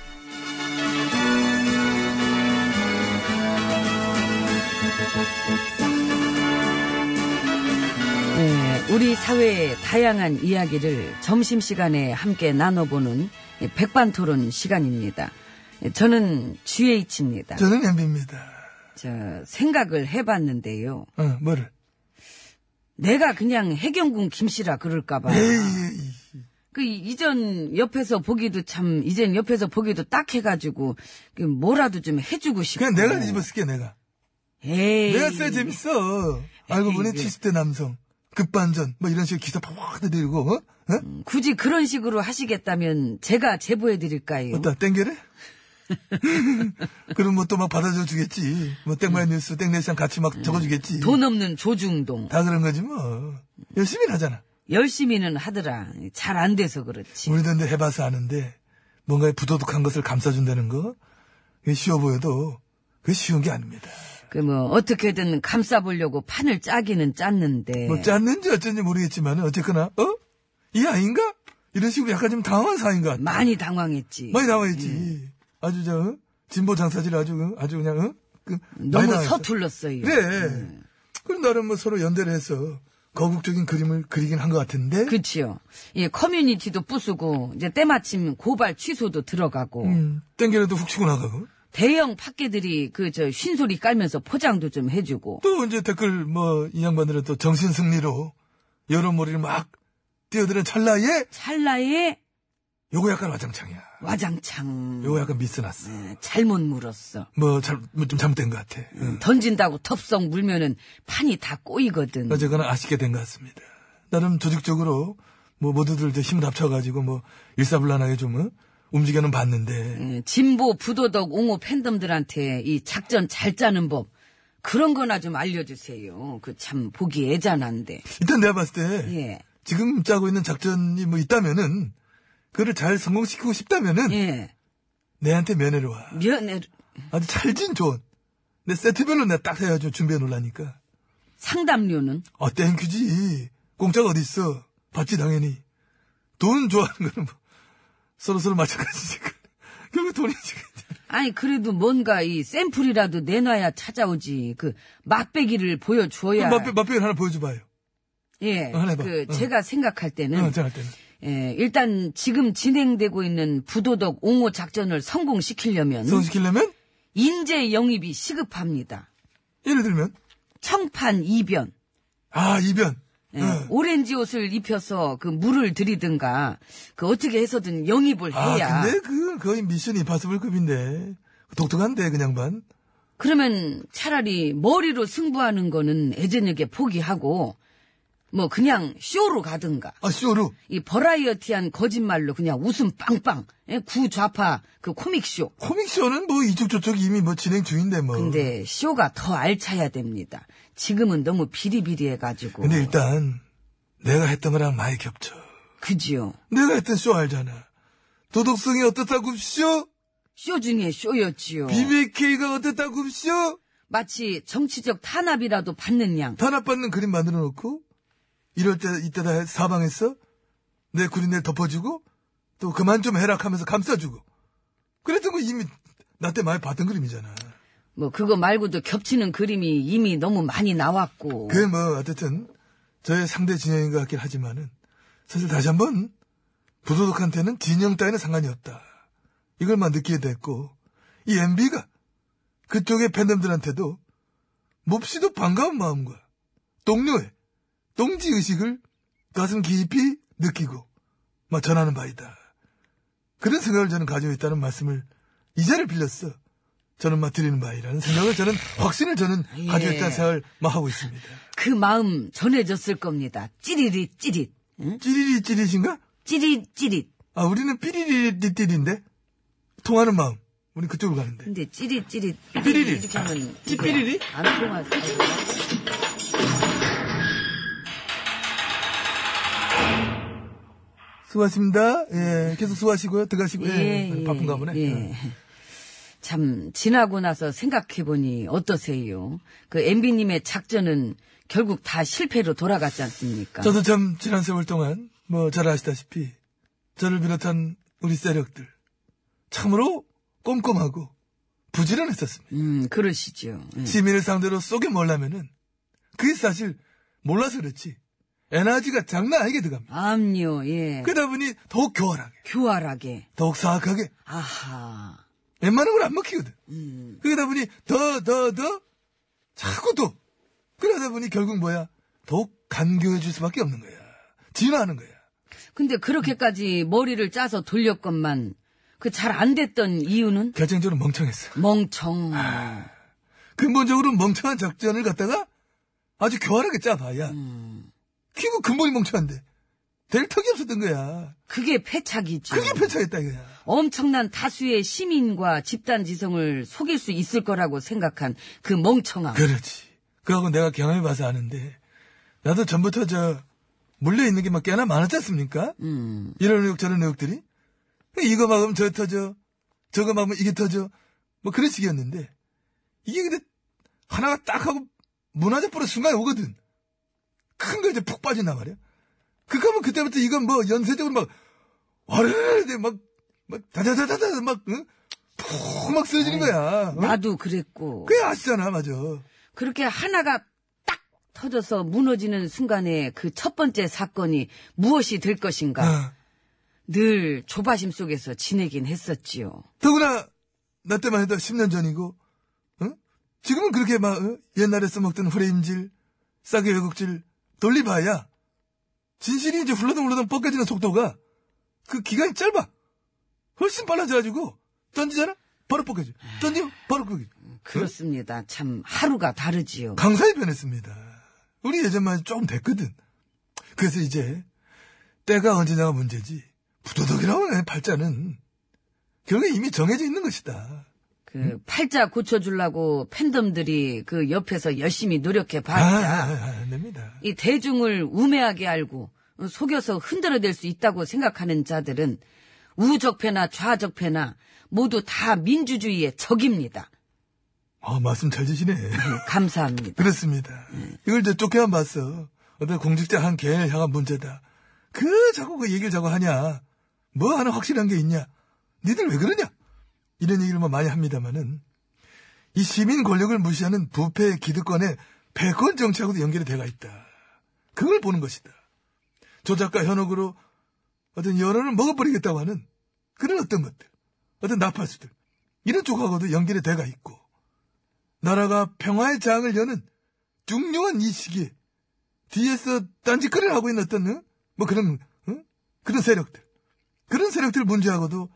Speaker 4: 네, 우리 사회의 다양한 이야기를 점심시간에 함께 나눠보는 백반토론 시간입니다. 예, 저는 GH입니다.
Speaker 5: 저는 엠비입니다.
Speaker 4: 저, 생각을 해봤는데요.
Speaker 5: 어, 뭐를?
Speaker 4: 내가 그냥 해경군 김씨라 그럴까봐. 그 이전 옆에서 보기도 참, 이젠 옆에서 보기도 딱 해가지고, 그 뭐라도 좀 해주고 싶고.
Speaker 5: 그냥 내가 뒤집어 쓸게, 내가.
Speaker 4: 에이.
Speaker 5: 내가 써야
Speaker 4: 예,
Speaker 5: 재밌어. 알고 보니
Speaker 4: 에이,
Speaker 5: 70대 남성. 급반전. 뭐 이런 식으로 기사 팍 내리고, 어? 어?
Speaker 4: 굳이 음, 그런 식으로 하시겠다면 제가 제보해드릴까요?
Speaker 5: 어따 땡겨래? 그럼 뭐 또 막 받아줘 주겠지. 뭐 땡마이 뉴스, 땡레시랑 같이 막 적어주겠지.
Speaker 4: 음. 돈 없는 조중동.
Speaker 5: 다 그런 거지 뭐. 열심히 하잖아.
Speaker 4: 열심히는 하더라. 잘 안 돼서 그렇지.
Speaker 5: 우리도 근데 해봐서 아는데 뭔가의 부도덕한 것을 감싸준다는 거 그게 쉬워 보여도 그게 쉬운 게 아닙니다.
Speaker 4: 그 뭐 어떻게든 감싸보려고 판을 짜기는 짰는데.
Speaker 5: 뭐 짰는지 어쩐지 모르겠지만 어쨌거나 어? 이 아인가? 이런 식으로 약간 좀 당황한 사인 것 같아.
Speaker 4: 많이 당황했지. 예.
Speaker 5: 많이 당황했지. 아주 저 어? 진보 장사질 아주 어? 아주 그냥 어? 그, 많이 네.
Speaker 4: 너무
Speaker 5: 당황했어.
Speaker 4: 서툴렀어요. 예.
Speaker 5: 그래. 그럼 나름 뭐 서로 연대를 해서 거국적인 그림을 그리긴 한 것 같은데.
Speaker 4: 그치요. 예, 커뮤니티도 부수고 이제 때마침 고발 취소도 들어가고
Speaker 5: 음, 땡겨라도 훅 치고 나가고.
Speaker 4: 대형 팟캐들이 그 저 쉰소리 깔면서 포장도 좀 해주고
Speaker 5: 또 이제 댓글 뭐 이 양반들은 또 정신 승리로 여러 머리를 막 뛰어드는 찰나에
Speaker 4: 찰나에
Speaker 5: 요거 약간 와장창이야.
Speaker 4: 와장창
Speaker 5: 요거 약간 미스났어.
Speaker 4: 아, 잘못 물었어.
Speaker 5: 뭐잘좀 잘못된 것 같아. 예. 응.
Speaker 4: 던진다고 텁성 물면은 판이 다 꼬이거든.
Speaker 5: 어쨌거나 음. 아쉽게 된 것 같습니다. 나름 조직적으로 뭐 모두들 이제 힘을 합쳐가지고 뭐 일사불란하게 좀 어? 움직여는 봤는데
Speaker 4: 예, 진보 부도덕 옹호 팬덤들한테 이 작전 잘 짜는 법 그런 거나 좀 알려주세요. 그 참 보기 애잔한데.
Speaker 5: 일단 내가 봤을 때
Speaker 4: 예.
Speaker 5: 지금 짜고 있는 작전이 뭐 있다면은 그를 잘 성공시키고 싶다면은
Speaker 4: 예.
Speaker 5: 내한테 면회를 와.
Speaker 4: 면회
Speaker 5: 아주 찰진 조언. 내 세트별로 내가 딱 해가지고 준비해 놓으라니까.
Speaker 4: 상담료는?
Speaker 5: 아, 땡큐지. 공짜가 어딨어. 받지, 당연히. 돈 좋아하는 거는 뭐, 서로서로 마찬가지지. 결국 돈이지.
Speaker 4: 아니, 그래도 뭔가 이 샘플이라도 내놔야 찾아오지. 그, 맛배기를 보여줘야.
Speaker 5: 맛배, 맛배를 하나 보여줘봐요.
Speaker 4: 예.
Speaker 5: 어, 하나 해봐.
Speaker 4: 그,
Speaker 5: 어.
Speaker 4: 제가 생각할 때는.
Speaker 5: 응, 제가 할 때는.
Speaker 4: 예, 일단 지금 진행되고 있는 부도덕 옹호 작전을 성공시키려면
Speaker 5: 성시키려면?
Speaker 4: 인재 영입이 시급합니다.
Speaker 5: 예를 들면?
Speaker 4: 청판 이변.
Speaker 5: 아, 이변. 어.
Speaker 4: 예,
Speaker 5: 응.
Speaker 4: 오렌지 옷을 입혀서 그 물을 들이든가 그 어떻게 해서든 영입을
Speaker 5: 아,
Speaker 4: 해야.
Speaker 5: 근데 그 거의 미션 임파서블급인데. 독특한데, 그냥 반.
Speaker 4: 그러면 차라리 머리로 승부하는 거는 애전에게 포기하고 뭐 그냥 쇼로 가든가
Speaker 5: 아, 쇼루.
Speaker 4: 이 버라이어티한 거짓말로 그냥 웃음 빵빵 예, 구좌파 그 코믹 쇼.
Speaker 5: 코믹쇼는 뭐 이쪽 저쪽 이미 뭐 진행 중인데 뭐.
Speaker 4: 근데 쇼가 더 알차야 됩니다. 지금은 너무 비리비리해가지고.
Speaker 5: 근데 일단 내가 했던 거랑 많이 겹쳐.
Speaker 4: 그지요.
Speaker 5: 내가 했던 쇼 알잖아. 도덕성이 어떻다고 쇼?
Speaker 4: 쇼 중에 쇼였지요.
Speaker 5: BBK가 어떻다고 쇼?
Speaker 4: 마치 정치적 탄압이라도 받는 양.
Speaker 5: 탄압받는 그림 만들어 놓고 이럴 때 이때다 사방에서 내 구린내 덮어주고 또 그만 좀 해라 하면서 감싸주고 그랬던 거 이미 나 때 많이 봤던 그림이잖아.
Speaker 4: 뭐 그거 말고도 겹치는 그림이 이미 너무 많이 나왔고.
Speaker 5: 그게 뭐 어쨌든 저의 상대 진영인 것 같긴 하지만은 사실 다시 한번 부도덕한테는 진영 따위는 상관이 없다. 이걸만 느끼게 됐고 이 MB가 그쪽의 팬덤들한테도 몹시도 반가운 마음과 동료의 동지 의식을 가슴 깊이 느끼고 막 전하는 바이다. 그런 생각을 저는 가지고 있다는 말씀을 이 자를 빌렸어. 저는 막 드리는 바이라는 생각을 저는 확신을 저는 가지고
Speaker 4: 예.
Speaker 5: 있다는 생각을 막 하고 있습니다.
Speaker 4: 그 마음 전해졌을 겁니다. 찌릿 찌릿. 응?
Speaker 5: 찌리리 찌릿인가?
Speaker 4: 찌릿 찌릿.
Speaker 5: 아, 우리는 삐리리 띠띠리인데? 통하는 마음. 우리 그쪽으로 가는데.
Speaker 4: 근데 찌릿 찌릿.
Speaker 5: 삐리리.
Speaker 4: 이렇게 하면
Speaker 5: 찌삐리리?
Speaker 4: 안 통하죠.
Speaker 5: 수고하십니다. 예, 계속 수고하시고요. 들어가시고. 예, 바쁜가 보네.
Speaker 4: 예. 참 지나고 나서 생각해 보니 어떠세요? 그 MB님의 작전은 결국 다 실패로 돌아갔지 않습니까?
Speaker 5: 저도 참 지난 세월 동안 뭐 잘 아시다시피 저를 비롯한 우리 세력들 참으로 꼼꼼하고 부지런했었습니다.
Speaker 4: 음 그러시죠. 예.
Speaker 5: 시민을 상대로 속여 몰라면은 그게 사실 몰라서 그렇지 에너지가 장난 아니게 들어갑니다.
Speaker 4: 암요 예.
Speaker 5: 그러다 보니 더욱 교활하게
Speaker 4: 교활하게.
Speaker 5: 더욱 사악하게 그
Speaker 4: 아하.
Speaker 5: 웬만한 건 안 먹히거든.
Speaker 4: 음.
Speaker 5: 그러다 보니 더, 더, 더, 자꾸 또. 그러다 보니 결국 뭐야? 더욱 간교해질 수밖에 없는 거야. 진화하는 거야.
Speaker 4: 근데 그렇게까지 머리를 짜서 돌렸건만 그 잘 안 됐던 이유는
Speaker 5: 결정적으로 멍청했어. 아,
Speaker 4: 멍청.
Speaker 5: 근본적으로 멍청한 작전을 갖다가 아주 교활하게 짜봐야.
Speaker 4: 음.
Speaker 5: 그리고 근본이 멍청한데. 될 턱이 없었던 거야.
Speaker 4: 그게 패착이죠.
Speaker 5: 그게 편차했다 이거야.
Speaker 4: 엄청난 다수의 시민과 집단 지성을 속일 수 있을 거라고 생각한 그 멍청함.
Speaker 5: 그렇지. 그하고 내가 경험해봐서 아는데, 나도 전부터 저, 물려있는 게 막 꽤나 많았지 않습니까?
Speaker 4: 음.
Speaker 5: 이런 의혹, 저런 의혹들이. 그러니까 이거 막으면 저 터져. 저거 막으면 이게 터져. 뭐 그런 식이었는데, 이게 근데, 하나가 딱 하고, 무너져 버린 순간에 오거든. 큰 거 이제 푹 빠진단 말이야. 그거면 그때부터 이건 뭐 연쇄적으로 막, 와르르르, 막, 막, 다다다다다, 막, 응? 푹 막 쓰러지는 거야. 응?
Speaker 4: 어, 나도 그랬고
Speaker 5: 그게 아시잖아, 맞아.
Speaker 4: 그렇게 하나가 딱 터져서 무너지는 순간에 그 첫 번째 사건이 무엇이 될 것인가
Speaker 5: 아.
Speaker 4: 늘 조바심 속에서 지내긴 했었지요.
Speaker 5: 더구나 나 때만 해도 10년 전이고 응? 지금은 그렇게 막 어? 옛날에 써먹던 후레임질 싸게 왜곡질 돌리봐야 진실이 이제 훌러덩 훌러덩 벗겨지는 속도가 그 기간이 짧아 훨씬 빨라져가지고 던지잖아 바로 벗겨져 던지면 바로 벗겨져
Speaker 4: 음, 그렇습니다. 참 하루가 다르지요.
Speaker 5: 강사에 변했습니다 우리 예전만 해도 조금 됐거든 그래서 이제 때가 언제냐가 문제지 부도덕이라고 하는 팔자는 결국에 이미 정해져 있는 것이다 음?
Speaker 4: 그 팔자 고쳐주려고 팬덤들이 그 옆에서 열심히 노력해
Speaker 5: 아,
Speaker 4: 봤자
Speaker 5: 아, 아, 안 됩니다.
Speaker 4: 이 대중을 우매하게 알고 어, 속여서 흔들어댈 수 있다고 생각하는 자들은 우적패나 좌적패나 모두 다 민주주의의 적입니다.
Speaker 5: 아, 말씀 잘 주시네.
Speaker 4: 감사합니다. 네.
Speaker 5: 그렇습니다. 이걸 이제 쫓겨만 봤어. 어떤 공직자 한 개인을 향한 문제다. 그 자꾸 그 얘기를 자꾸 하냐. 뭐 하나 확실한 게 있냐. 니들 왜 그러냐. 이런 얘기를 뭐 많이 합니다만은 이 시민 권력을 무시하는 부패 기득권의 패권 정치하고도 연결이 돼가 있다. 그걸 보는 것이다. 조작과 현혹으로 어떤 여론을 먹어버리겠다고 하는 그런 어떤 것들, 어떤 나팔수들 이런 쪽하고도 연결이 돼가 있고 나라가 평화의 장을 여는 중요한 이 시기에 뒤에서 딴짓거리를 하고 있는 어떤 응? 뭐 그런 응? 그런 세력들 그런 세력들 문제하고도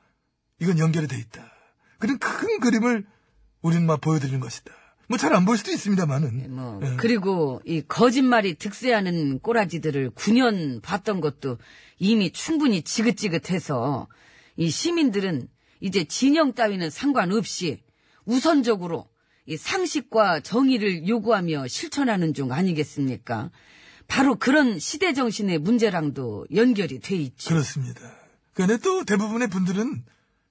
Speaker 5: 이건 연결이 돼 있다. 그런 큰 그림을 우리는 막 보여드리는 것이다. 뭐 잘 안 보일 수도 있습니다만은 예.
Speaker 4: 뭐 그리고 이 거짓말이 득세하는 꼬라지들을 9년 봤던 것도 이미 충분히 지긋지긋해서 이 시민들은 이제 진영 따위는 상관없이 우선적으로 이 상식과 정의를 요구하며 실천하는 중 아니겠습니까? 바로 그런 시대 정신의 문제랑도 연결이 돼 있죠.
Speaker 5: 그렇습니다. 그런데 또 대부분의 분들은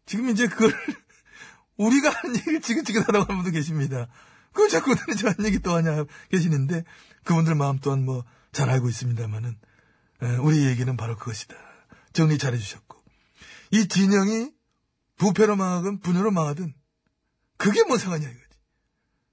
Speaker 5: 지금 이제 그걸 우리가 하는 얘기를 지긋지긋하다고 하는 분도 계십니다. 그 자꾸 저한 얘기 또 하냐 계시는데 그분들 마음 또한 뭐 잘 알고 있습니다만은 우리 얘기는 바로 그것이다. 정리 잘 해주셨고 이 진영이 부패로 망하든 분열로 망하든 그게 뭔 상관이야 이거지.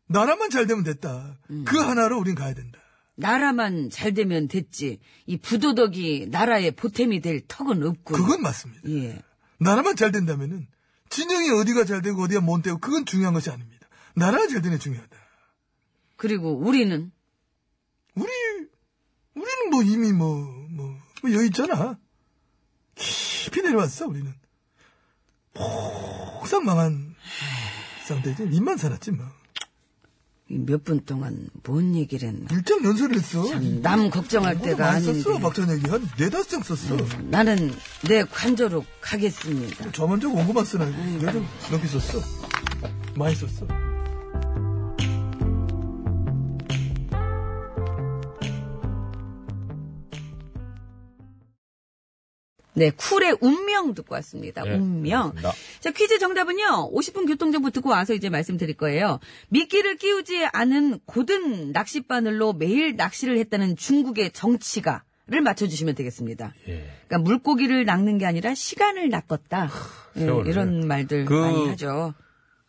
Speaker 5: 나라만 잘 되면 됐다. 그 하나로 우린 가야 된다.
Speaker 4: 나라만 잘 되면 됐지. 이 부도덕이 나라의 보탬이 될 턱은 없고.
Speaker 5: 그건 맞습니다.
Speaker 4: 예.
Speaker 5: 나라만 잘 된다면은 진영이 어디가 잘 되고 어디가 못 되고 그건 중요한 것이 아닙니다. 나라가 잘 되는 게 중요하다.
Speaker 4: 그리고 우리는
Speaker 5: 우리 우리는 뭐 이미 뭐 뭐 여기 있잖아. 깊이 내려왔어 우리는. 항상 망한 상태지 입만 살았지 뭐.
Speaker 4: 몇 분 동안 뭔 얘기를 했나.
Speaker 5: 일장 연설을 했어.
Speaker 4: 남 걱정할
Speaker 5: 뭐가
Speaker 4: 때가
Speaker 5: 많이
Speaker 4: 아닌데. 음,
Speaker 5: 썼어 박찬 얘기 한 네다섯 장 썼어.
Speaker 4: 나는 내 관저로 가겠습니다.
Speaker 5: 저만 저 원고만 쓰나 이거 내가 좀 넓게 썼어. 많이 썼어.
Speaker 4: 네, 쿨의 운명 듣고 왔습니다.
Speaker 3: 예.
Speaker 4: 운명. 자, 퀴즈 정답은요. 50분 교통정보 듣고 와서 이제 말씀드릴 거예요. 미끼를 끼우지 않은 고든 낚싯바늘로 매일 낚시를 했다는 중국의 정치가 를 맞춰주시면 되겠습니다.
Speaker 3: 예.
Speaker 7: 예.
Speaker 4: 그러니까 물고기를 낚는 게 아니라 시간을 낚았다. 예,
Speaker 3: 세월을.
Speaker 4: 이런 말들
Speaker 3: 그-
Speaker 4: 네, 많이 하죠.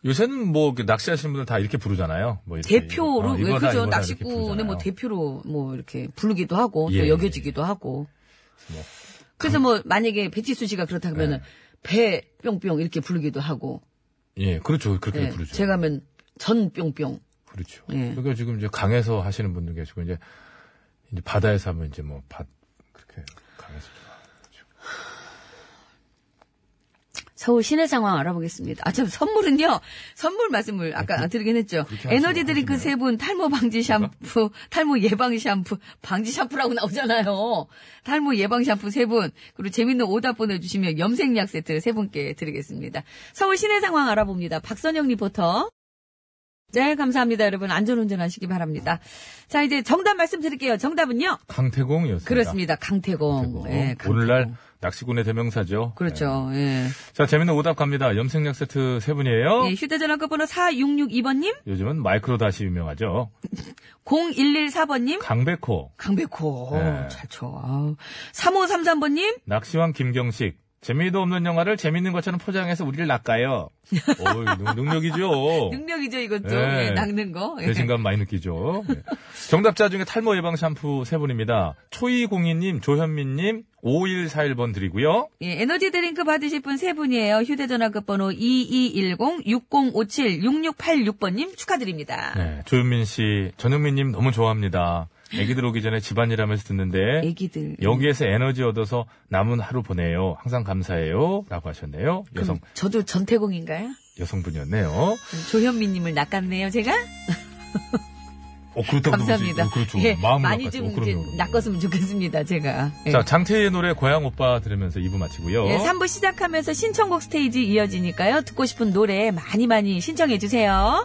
Speaker 3: 요새는 뭐그 낚시하시는 분들 다 이렇게 부르잖아요. 뭐 이렇게
Speaker 4: 대표로
Speaker 3: 어,
Speaker 4: 왜
Speaker 3: 이거다,
Speaker 4: 그죠?
Speaker 3: 이거다 이렇게
Speaker 4: 낚시꾼은 뭐
Speaker 3: 부르잖아요.
Speaker 4: 대표로 뭐 이렇게 부르기도 하고
Speaker 3: 예,
Speaker 4: 또 여겨지기도 하고.
Speaker 3: 뭐. 네.
Speaker 4: 그래서 뭐 만약에 배치수 씨가 그렇다 그러면은 배 뿅뿅 이렇게 부르기도 하고.
Speaker 3: 예, 그렇죠. 그렇게
Speaker 4: 예,
Speaker 3: 부르죠.
Speaker 4: 제가 하면 전 뿅뿅.
Speaker 3: 그렇죠.
Speaker 4: 예.
Speaker 3: 그러니까 지금 이제 강에서 하시는 분들 계시고 이제 이제 바다에서 하면 이제 뭐 밭 그렇게 강에서 좀
Speaker 4: 서울 시내 상황 알아보겠습니다. 아, 참, 선물은요. 선물 말씀을 아까 드리긴 했죠.
Speaker 3: 하시면
Speaker 4: 에너지 드링크 세 분, 탈모 방지 샴푸, 탈모 예방 샴푸, 방지 샴푸라고 나오잖아요. 탈모 예방 샴푸 세 분, 그리고 재밌는 오답 보내주시면 염색약 세트 세 분께 드리겠습니다. 서울 시내 상황 알아봅니다. 박선영 리포터. 네, 감사합니다, 여러분. 안전운전 하시기 바랍니다. 자, 이제 정답 말씀드릴게요. 정답은요.
Speaker 3: 강태공이었습니다.
Speaker 4: 그렇습니다. 강태공.
Speaker 3: 그리고
Speaker 4: 예, 강태공.
Speaker 3: 오늘날 낚시꾼의 대명사죠.
Speaker 4: 그렇죠. 예.
Speaker 3: 예. 자, 재밌는 오답 갑니다. 염색약 세트 세 분이에요.
Speaker 4: 예, 휴대전화 끝번호 4662번님,
Speaker 3: 요즘은 마이크로 다시 유명하죠.
Speaker 4: 0114번님,
Speaker 3: 강백호,
Speaker 4: 네. 강백호.
Speaker 3: 네.
Speaker 4: 잘 쳐. 아우. 3533번님,
Speaker 3: 낚시왕 김경식. 재미도 없는 영화를 재밌는 것처럼 포장해서 우리를 낚아요. 어이, 능, 능력이죠.
Speaker 4: 능력이죠, 이것도.
Speaker 3: 네.
Speaker 4: 예, 낚는 거. 예.
Speaker 3: 배신감 많이 느끼죠. 네. 정답자 중에 탈모 예방 샴푸 세 분입니다. 초이공이님, 조현민님, 5141번 드리고요.
Speaker 4: 예, 에너지 드링크 받으실 분 세 분이에요. 휴대전화 끝번호 2210-6057-6686번님 축하드립니다.
Speaker 3: 네, 조현민 씨, 전현민님 너무 좋아합니다. 애기들 오기 전에 집안일 하면서 듣는데
Speaker 4: 애기들.
Speaker 3: 여기에서 에너지 얻어서 남은 하루 보내요. 항상 감사해요. 라고 하셨네요. 여성, 어?
Speaker 4: 저도 전태공인가요?
Speaker 3: 여성분이었네요.
Speaker 4: 조현미님을 낚았네요, 제가?
Speaker 3: 어, 그렇다고
Speaker 4: 감사합니다.
Speaker 3: 그러지. 어, 그렇죠.
Speaker 4: 예,
Speaker 3: 마음을
Speaker 4: 많이
Speaker 3: 낚았죠.
Speaker 4: 좀
Speaker 3: 어, 그럼요,
Speaker 4: 이제
Speaker 3: 그럼요.
Speaker 4: 낚았으면 좋겠습니다, 제가. 예.
Speaker 3: 자, 장태희의 노래 고향 오빠 들으면서 2부 마치고요.
Speaker 4: 예, 3부 시작하면서 신청곡 스테이지 이어지니까요. 듣고 싶은 노래 많이 많이 신청해 주세요.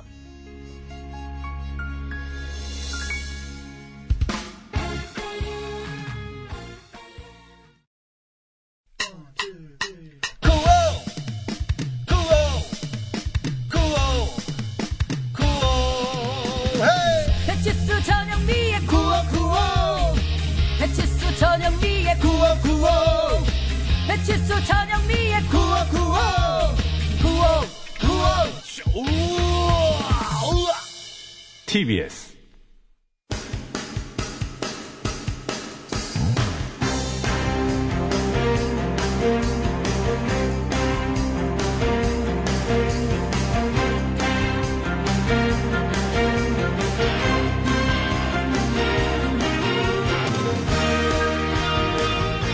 Speaker 1: 구호 구호 구호 구호 구호
Speaker 4: 배치수 저녁미에
Speaker 1: 구호 구호 구호 구호
Speaker 3: TBS.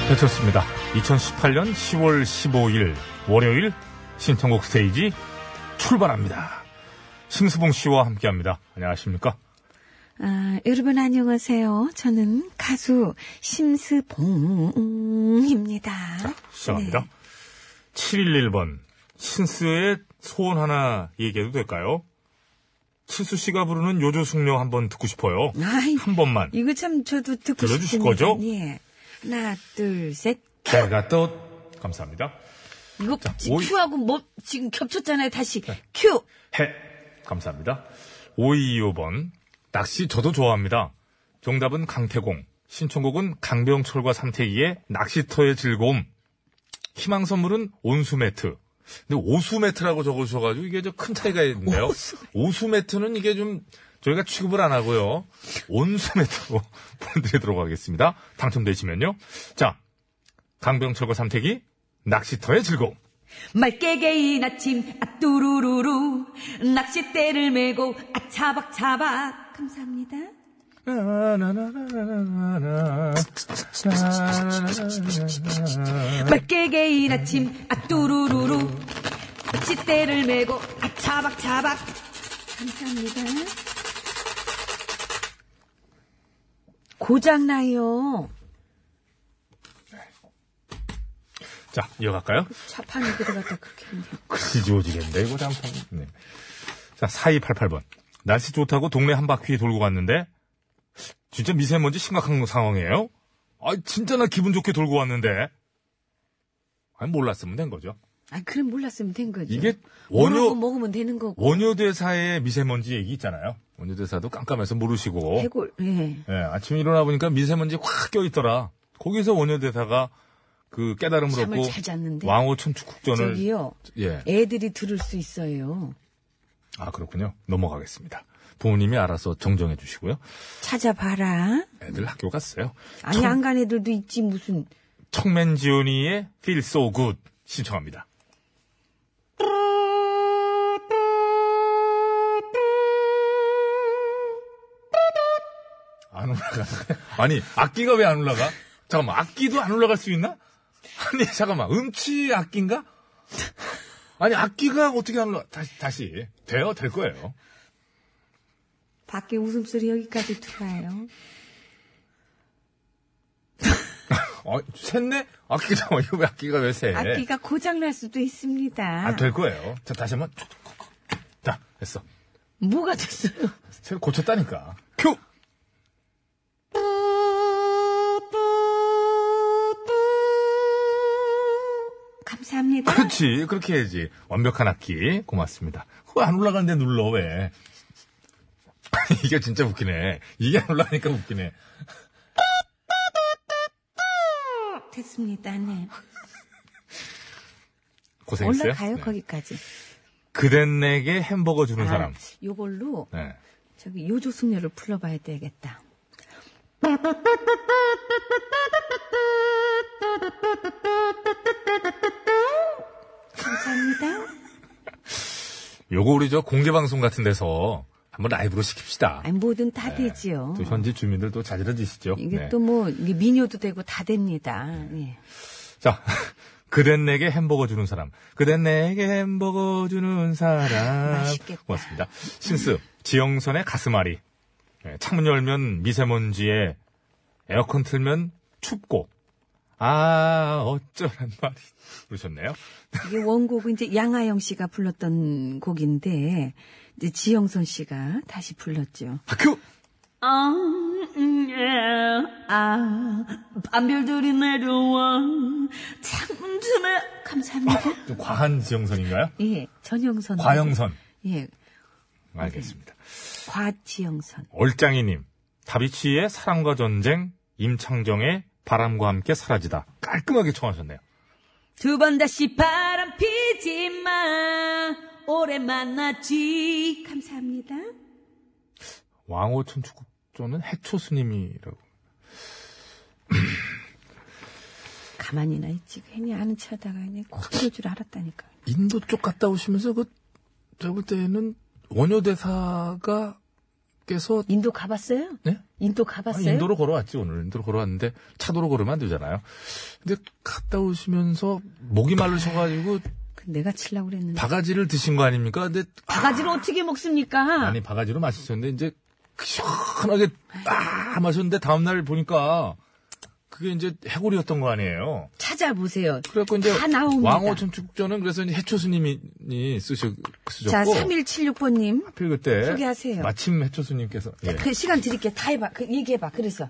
Speaker 3: 배쳤습니다. 2018년 10월 15일 월요일 신청곡 스테이지 출발합니다. 심수봉 씨와 함께합니다. 안녕하십니까?
Speaker 4: 아, 여러분 안녕하세요. 저는 가수 심스봉입니다.
Speaker 3: 자, 시작합니다.
Speaker 4: 네.
Speaker 3: 711번. 신스의 소원 하나 얘기해도 될까요? 칠수 씨가 부르는 요조숙녀 한번 듣고 싶어요.
Speaker 4: 아이.
Speaker 3: 한 번만.
Speaker 4: 이거 참 저도 듣고
Speaker 3: 들려주실
Speaker 4: 싶습니다.
Speaker 3: 거죠?
Speaker 4: 예. 하나, 둘, 셋.
Speaker 3: 제가 또 감사합니다.
Speaker 4: 이거 지금
Speaker 3: 오이.
Speaker 4: Q하고 뭐 지금 겹쳤잖아요. 다시
Speaker 3: 네.
Speaker 4: Q.
Speaker 3: 해. 감사합니다. 5225번. 낚시 저도 좋아합니다. 정답은 강태공. 신청곡은 강병철과 삼태기의 낚시터의 즐거움. 희망 선물은 온수 매트.
Speaker 5: 근데 오수 매트라고 적어주셔가지고 이게 좀 큰 차이가 있는데요. 오수 매트는 이게 좀 저희가 취급을 안 하고요.
Speaker 3: 온수 매트로 보내드리도록 하겠습니다. 당첨되시면요. 자, 강병철과 삼태기, 낚시터의 즐거움.
Speaker 4: 맑게 개인 아침 아뚜루루루 낚싯대를 메고 아, 아차박차박 감사합니다. 맑게 개인 아침 아뚜루루루 낚싯대를 메고 아차박차박 감사합니다. 고장나요.
Speaker 3: 자, 이어갈까요?
Speaker 4: 자판이 들어갔다 그렇게 하면
Speaker 3: 글씨 지워지겠는데, 이거 잠깐. 예, 네. 자, 4288번. 날씨 좋다고 동네 한 바퀴 돌고 갔는데, 진짜 미세먼지 심각한 상황이에요? 아, 진짜 나 기분 좋게 돌고 왔는데. 아니, 몰랐으면 된 거죠.
Speaker 4: 아, 그럼 몰랐으면 된 거죠.
Speaker 3: 이게
Speaker 4: 모르고
Speaker 3: 원효,
Speaker 4: 먹으면 되는 거고.
Speaker 3: 원효대사의 미세먼지 얘기 있잖아요. 원효대사도 깜깜해서 모르시고.
Speaker 4: 해골, 예.
Speaker 3: 예, 아침에 일어나 보니까 미세먼지 확 껴있더라. 거기서 원효대사가 그 깨달음을
Speaker 4: 잠을
Speaker 3: 얻고
Speaker 4: 잘 잤는데.
Speaker 3: 왕호 천축국전을
Speaker 4: 저기요.
Speaker 3: 예.
Speaker 4: 애들이 들을 수 있어요.
Speaker 3: 아 그렇군요. 넘어가겠습니다. 부모님이 알아서 정정해 주시고요.
Speaker 4: 찾아봐라.
Speaker 3: 애들 학교 갔어요.
Speaker 4: 아니, 안 간 애들도 있지, 무슨.
Speaker 3: 청맨지온이의 Feel So Good 신청합니다. 안 올라가. 아니 악기가 왜 안 올라가? 잠깐만 악기도 안 올라갈 수 있나? 아니 잠깐만 음치 악기인가? 아니 악기가 어떻게 안 올라? 다시 다시 돼요 될 거예요.
Speaker 4: 밖에 웃음소리 여기까지 들어와요.
Speaker 3: 어 샜네? 악기 잠깐 이거 왜 악기가 왜 새?
Speaker 4: 악기가 고장날 수도 있습니다.
Speaker 3: 네. 아, 안될 거예요. 자 다시 한번. 자 됐어.
Speaker 4: 뭐가 됐어요?
Speaker 3: 새로 고쳤다니까. 큐!
Speaker 4: 감사합니다.
Speaker 3: 그렇지. 그렇게 해야지. 완벽한 악기. 고맙습니다. 그거 안 올라가는데 눌러, 왜. 이게 진짜 웃기네. 이게 안 올라가니까 웃기네.
Speaker 4: 됐습니다, 네.
Speaker 3: 고생했어요.
Speaker 4: 올라가요,
Speaker 3: 네.
Speaker 4: 거기까지.
Speaker 3: 그댄 내게 햄버거 주는 사람.
Speaker 4: 아, 요걸로,
Speaker 3: 네.
Speaker 4: 저기, 요조숙녀를 불러봐야 되겠다. 감사합니다.
Speaker 3: 요거 우리 저 공개방송 같은 데서 한번 라이브로 시킵시다.
Speaker 4: 아니, 뭐든 다 되지요.
Speaker 3: 네. 또 현지 주민들도 자지러지시죠.
Speaker 4: 이게
Speaker 3: 네.
Speaker 4: 또 뭐, 이게 미녀도 되고 다 됩니다. 예.
Speaker 3: 자, 그댄 내게 햄버거 주는 사람. 그댄 내게 햄버거 주는 사람.
Speaker 4: 맛있겠다.
Speaker 3: 고맙습니다. 신스, 지영선의 가슴앓이. 예, 창문 열면 미세먼지에 에어컨 틀면 춥고. 아, 어쩌란 말이. 그러셨네요.
Speaker 4: 이게 원곡은 이제 양아영 씨가 불렀던 곡인데, 이제 지영선 씨가 다시 불렀죠.
Speaker 3: 학교!
Speaker 4: 아, 음, 예, 아, 밤별들이 내려와, 창문 주네. 감사합니다.
Speaker 3: 좀 과한 지영선인가요?
Speaker 4: 예, 전영선.
Speaker 3: 과영선.
Speaker 4: 예,
Speaker 3: 알겠습니다.
Speaker 4: 과지영선.
Speaker 3: 얼짱이님, 다비치의 사랑과 전쟁, 임창정의 바람과 함께 사라지다. 깔끔하게 청하셨네요.
Speaker 4: 두 번 다시 바람 피지 마. 오래 만났지. 감사합니다.
Speaker 3: 왕호천 축구조는 해초 스님이라고.
Speaker 4: 가만히나 있지. 괜히 아는 체하다가 그냥 콕 튀길 줄 알았다니까.
Speaker 3: 인도 쪽 갔다 오시면서 그, 제가 볼 때는 원효대사가, 께서,
Speaker 4: 인도 가봤어요?
Speaker 3: 네?
Speaker 4: 인도
Speaker 3: 아,
Speaker 4: 가봤어요?
Speaker 3: 인도로 걸어왔지, 오늘. 인도로 걸어왔는데, 차도로 걸으면 안 되잖아요. 근데 갔다 오시면서, 목이 말르셔가지고,
Speaker 4: 그 내가 치려고 그랬는데.
Speaker 3: 바가지를 드신 거 아닙니까? 근데,
Speaker 4: 바가지를 어떻게 먹습니까?
Speaker 3: 아니, 바가지로 마셨었는데, 이제, 시원하게, 아, 마셨는데, 다음날 보니까, 그게 이제 해골이었던 거 아니에요.
Speaker 4: 찾아보세요.
Speaker 3: 그래갖고 이제,
Speaker 4: 다 나옵니다.
Speaker 3: 왕호천 축전은 그래서 이제 해초 스님이 쓰셨, 쓰셨고,
Speaker 4: 자, 3176번님.
Speaker 3: 하필 그때,
Speaker 4: 소개하세요.
Speaker 3: 마침 해초 스님께서, 예,
Speaker 4: 그 시간 드릴게. 다 해봐. 그 얘기해봐. 그래서.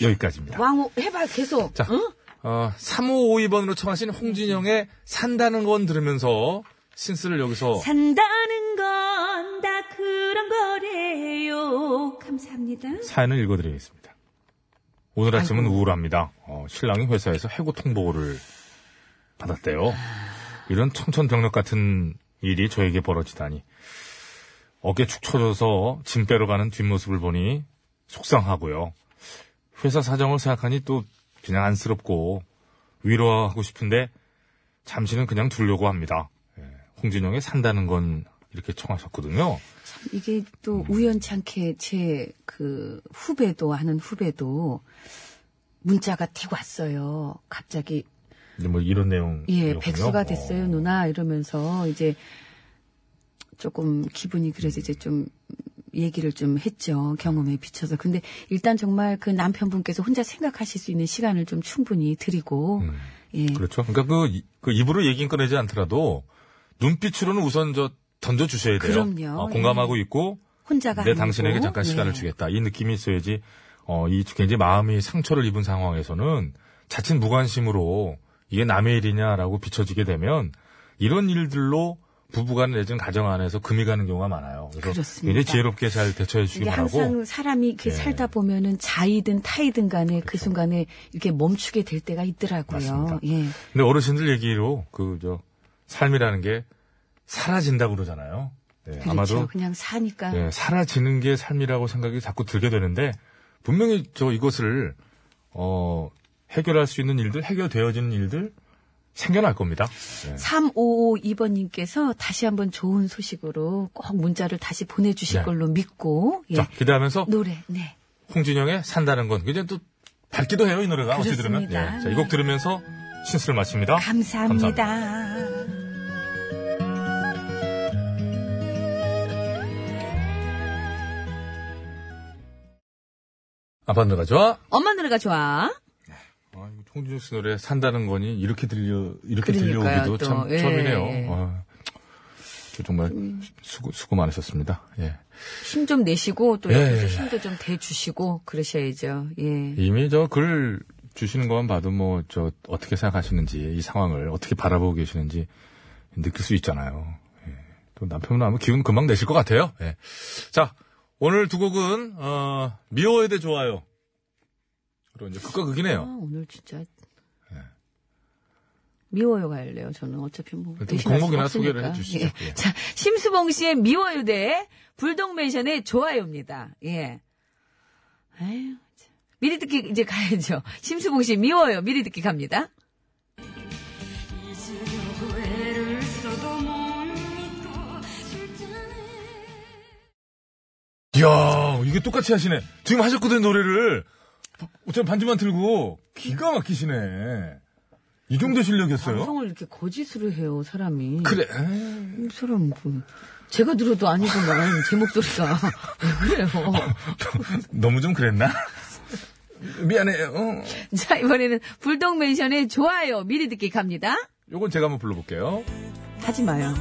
Speaker 3: 여기까지입니다.
Speaker 4: 왕호, 해봐. 계속.
Speaker 3: 자,
Speaker 4: 응?
Speaker 3: 어, 3552번으로 청하신 홍진영의 산다는 건 들으면서 신스를 여기서
Speaker 4: 산다는 건 다 그런 거래요. 감사합니다.
Speaker 3: 사연을 읽어드리겠습니다. 오늘 아침은 우울합니다. 어, 신랑이 회사에서 해고 통보를 받았대요. 이런 청천벽력 같은 일이 저에게 벌어지다니. 어깨 축 처져서 짐 빼러 가는 뒷모습을 보니 속상하고요. 회사 사정을 생각하니 또 그냥 안쓰럽고 위로하고 싶은데 잠시는 그냥 두려고 합니다. 예, 홍진영의 산다는 건 이렇게 청하셨거든요.
Speaker 4: 이게 또 우연치 않게 제 그 후배도 아는 후배도 문자가 튀고 왔어요. 갑자기
Speaker 3: 근데 뭐 이런 내용.
Speaker 4: 예 백수가 됐어요 누나 이러면서 이제 조금 기분이 그래서 이제 좀 얘기를 좀 했죠 경험에 비춰서 근데 일단 정말 그 남편분께서 혼자 생각하실 수 있는 시간을 좀 충분히 드리고 예
Speaker 3: 그렇죠. 그러니까 그, 이- 그 입으로 얘기는 꺼내지 않더라도 눈빛으로는 우선 저 던져 주셔야 돼요.
Speaker 4: 그럼요. 예.
Speaker 3: 어, 공감하고 있고
Speaker 4: 혼자가
Speaker 3: 내
Speaker 4: 아니고.
Speaker 3: 당신에게 잠깐 시간을
Speaker 4: 예.
Speaker 3: 주겠다 이 느낌이 있어야지 어, 이 굉장히 마음이 상처를 입은 상황에서는 자칫 무관심으로 이게 남의 일이냐라고 비춰지게 되면 이런 일들로 부부간의 내지 가정 안에서 금이 가는 경우가 많아요. 그래서
Speaker 4: 그렇습니다.
Speaker 3: 굉장히 지혜롭게 잘 대처해 주시기
Speaker 4: 이게 항상
Speaker 3: 바라고.
Speaker 4: 사람이 그 이렇게
Speaker 3: 예. 그렇죠.
Speaker 4: 살다 보면은 자이든 타이든 간에 그 순간에 이렇게 멈추게 될 때가 있더라고요.
Speaker 3: 맞습니다.
Speaker 4: 예.
Speaker 3: 근데 어르신들 얘기로 그 저 삶이라는 게 사라진다고 그러잖아요. 네,
Speaker 4: 그렇죠.
Speaker 3: 아마도
Speaker 4: 그냥 사니까
Speaker 3: 예, 사라지는 게 삶이라고 생각이 자꾸 들게 되는데 분명히 저 이것을 어, 해결할 수 있는 일들 해결되어지는 일들 생겨날 겁니다. 예.
Speaker 4: 3552번님께서 네. 다시 한번 좋은 소식으로 꼭 문자를 다시 보내주실
Speaker 3: 네.
Speaker 4: 걸로 믿고 예.
Speaker 3: 자 기대하면서
Speaker 4: 노래 네
Speaker 3: 홍진영의 산다는 건 굉장히 또 밝기도 해요 이 노래가 어찌 들으면 예,
Speaker 4: 그렇습니다.
Speaker 3: 자, 이 곡 들으면서 신스를 마칩니다.
Speaker 4: 감사합니다.
Speaker 3: 아빠 노래가 좋아.
Speaker 4: 엄마 노래가 좋아.
Speaker 3: 아, 이거 홍진영 씨 노래 산다는 거니 이렇게 들려 이렇게
Speaker 4: 그러니까요,
Speaker 3: 들려오기도
Speaker 4: 또.
Speaker 3: 참
Speaker 4: 예. 음.
Speaker 3: 처음이네요. 아, 저 정말 수고 수고 많으셨습니다. 예.
Speaker 4: 힘 좀 내시고 또
Speaker 3: 예,
Speaker 4: 옆에서
Speaker 3: 예.
Speaker 4: 힘도 좀 대주시고 그러셔야죠. 예.
Speaker 3: 이미 저 글 주시는 것만 봐도 뭐 저 어떻게 생각하시는지 이 상황을 어떻게 바라보고 계시는지 느낄 수 있잖아요. 예. 또 남편은 아마 기운 금방 내실 것 같아요. 예. 자 오늘 두 곡은 어, 미워야 돼 좋아요. 그리고 이제 극과
Speaker 4: 아,
Speaker 3: 극이네요.
Speaker 4: 오늘 진짜
Speaker 3: 예.
Speaker 4: 미워요 갈래요. 저는 어차피 뭐
Speaker 3: 일단
Speaker 4: 대신할 수가
Speaker 3: 공목이나 소개를
Speaker 4: 없으니까.
Speaker 3: 해주시죠.
Speaker 4: 예.
Speaker 3: 예.
Speaker 4: 자, 심수봉 씨의 미워요 대 불독맨션의 좋아요입니다. 예. 아유, 참. 미리 듣기 이제 가야죠. 심수봉 씨 미워요. 미리 듣기 갑니다.
Speaker 6: 후회를 써도 못 믿고 술잔에
Speaker 3: 이야 이게 똑같이 하시네. 지금 하셨거든 노래를. 어차피 반지만 들고 기가 막히시네. 이 정도 실력이었어요.
Speaker 4: 방송을 이렇게 거짓으로 해요, 사람이.
Speaker 3: 그래.
Speaker 4: 이 사람 뭐. 제가 들어도 아니구나. 제 목소리가. 왜 그래요.
Speaker 3: 너무 좀 그랬나? 미안해요.
Speaker 9: 어.
Speaker 4: 자, 이번에는 불독맨션의 좋아요. 미리 듣기 갑니다.
Speaker 3: 요건 제가 한번 불러볼게요.
Speaker 4: 하지 마요.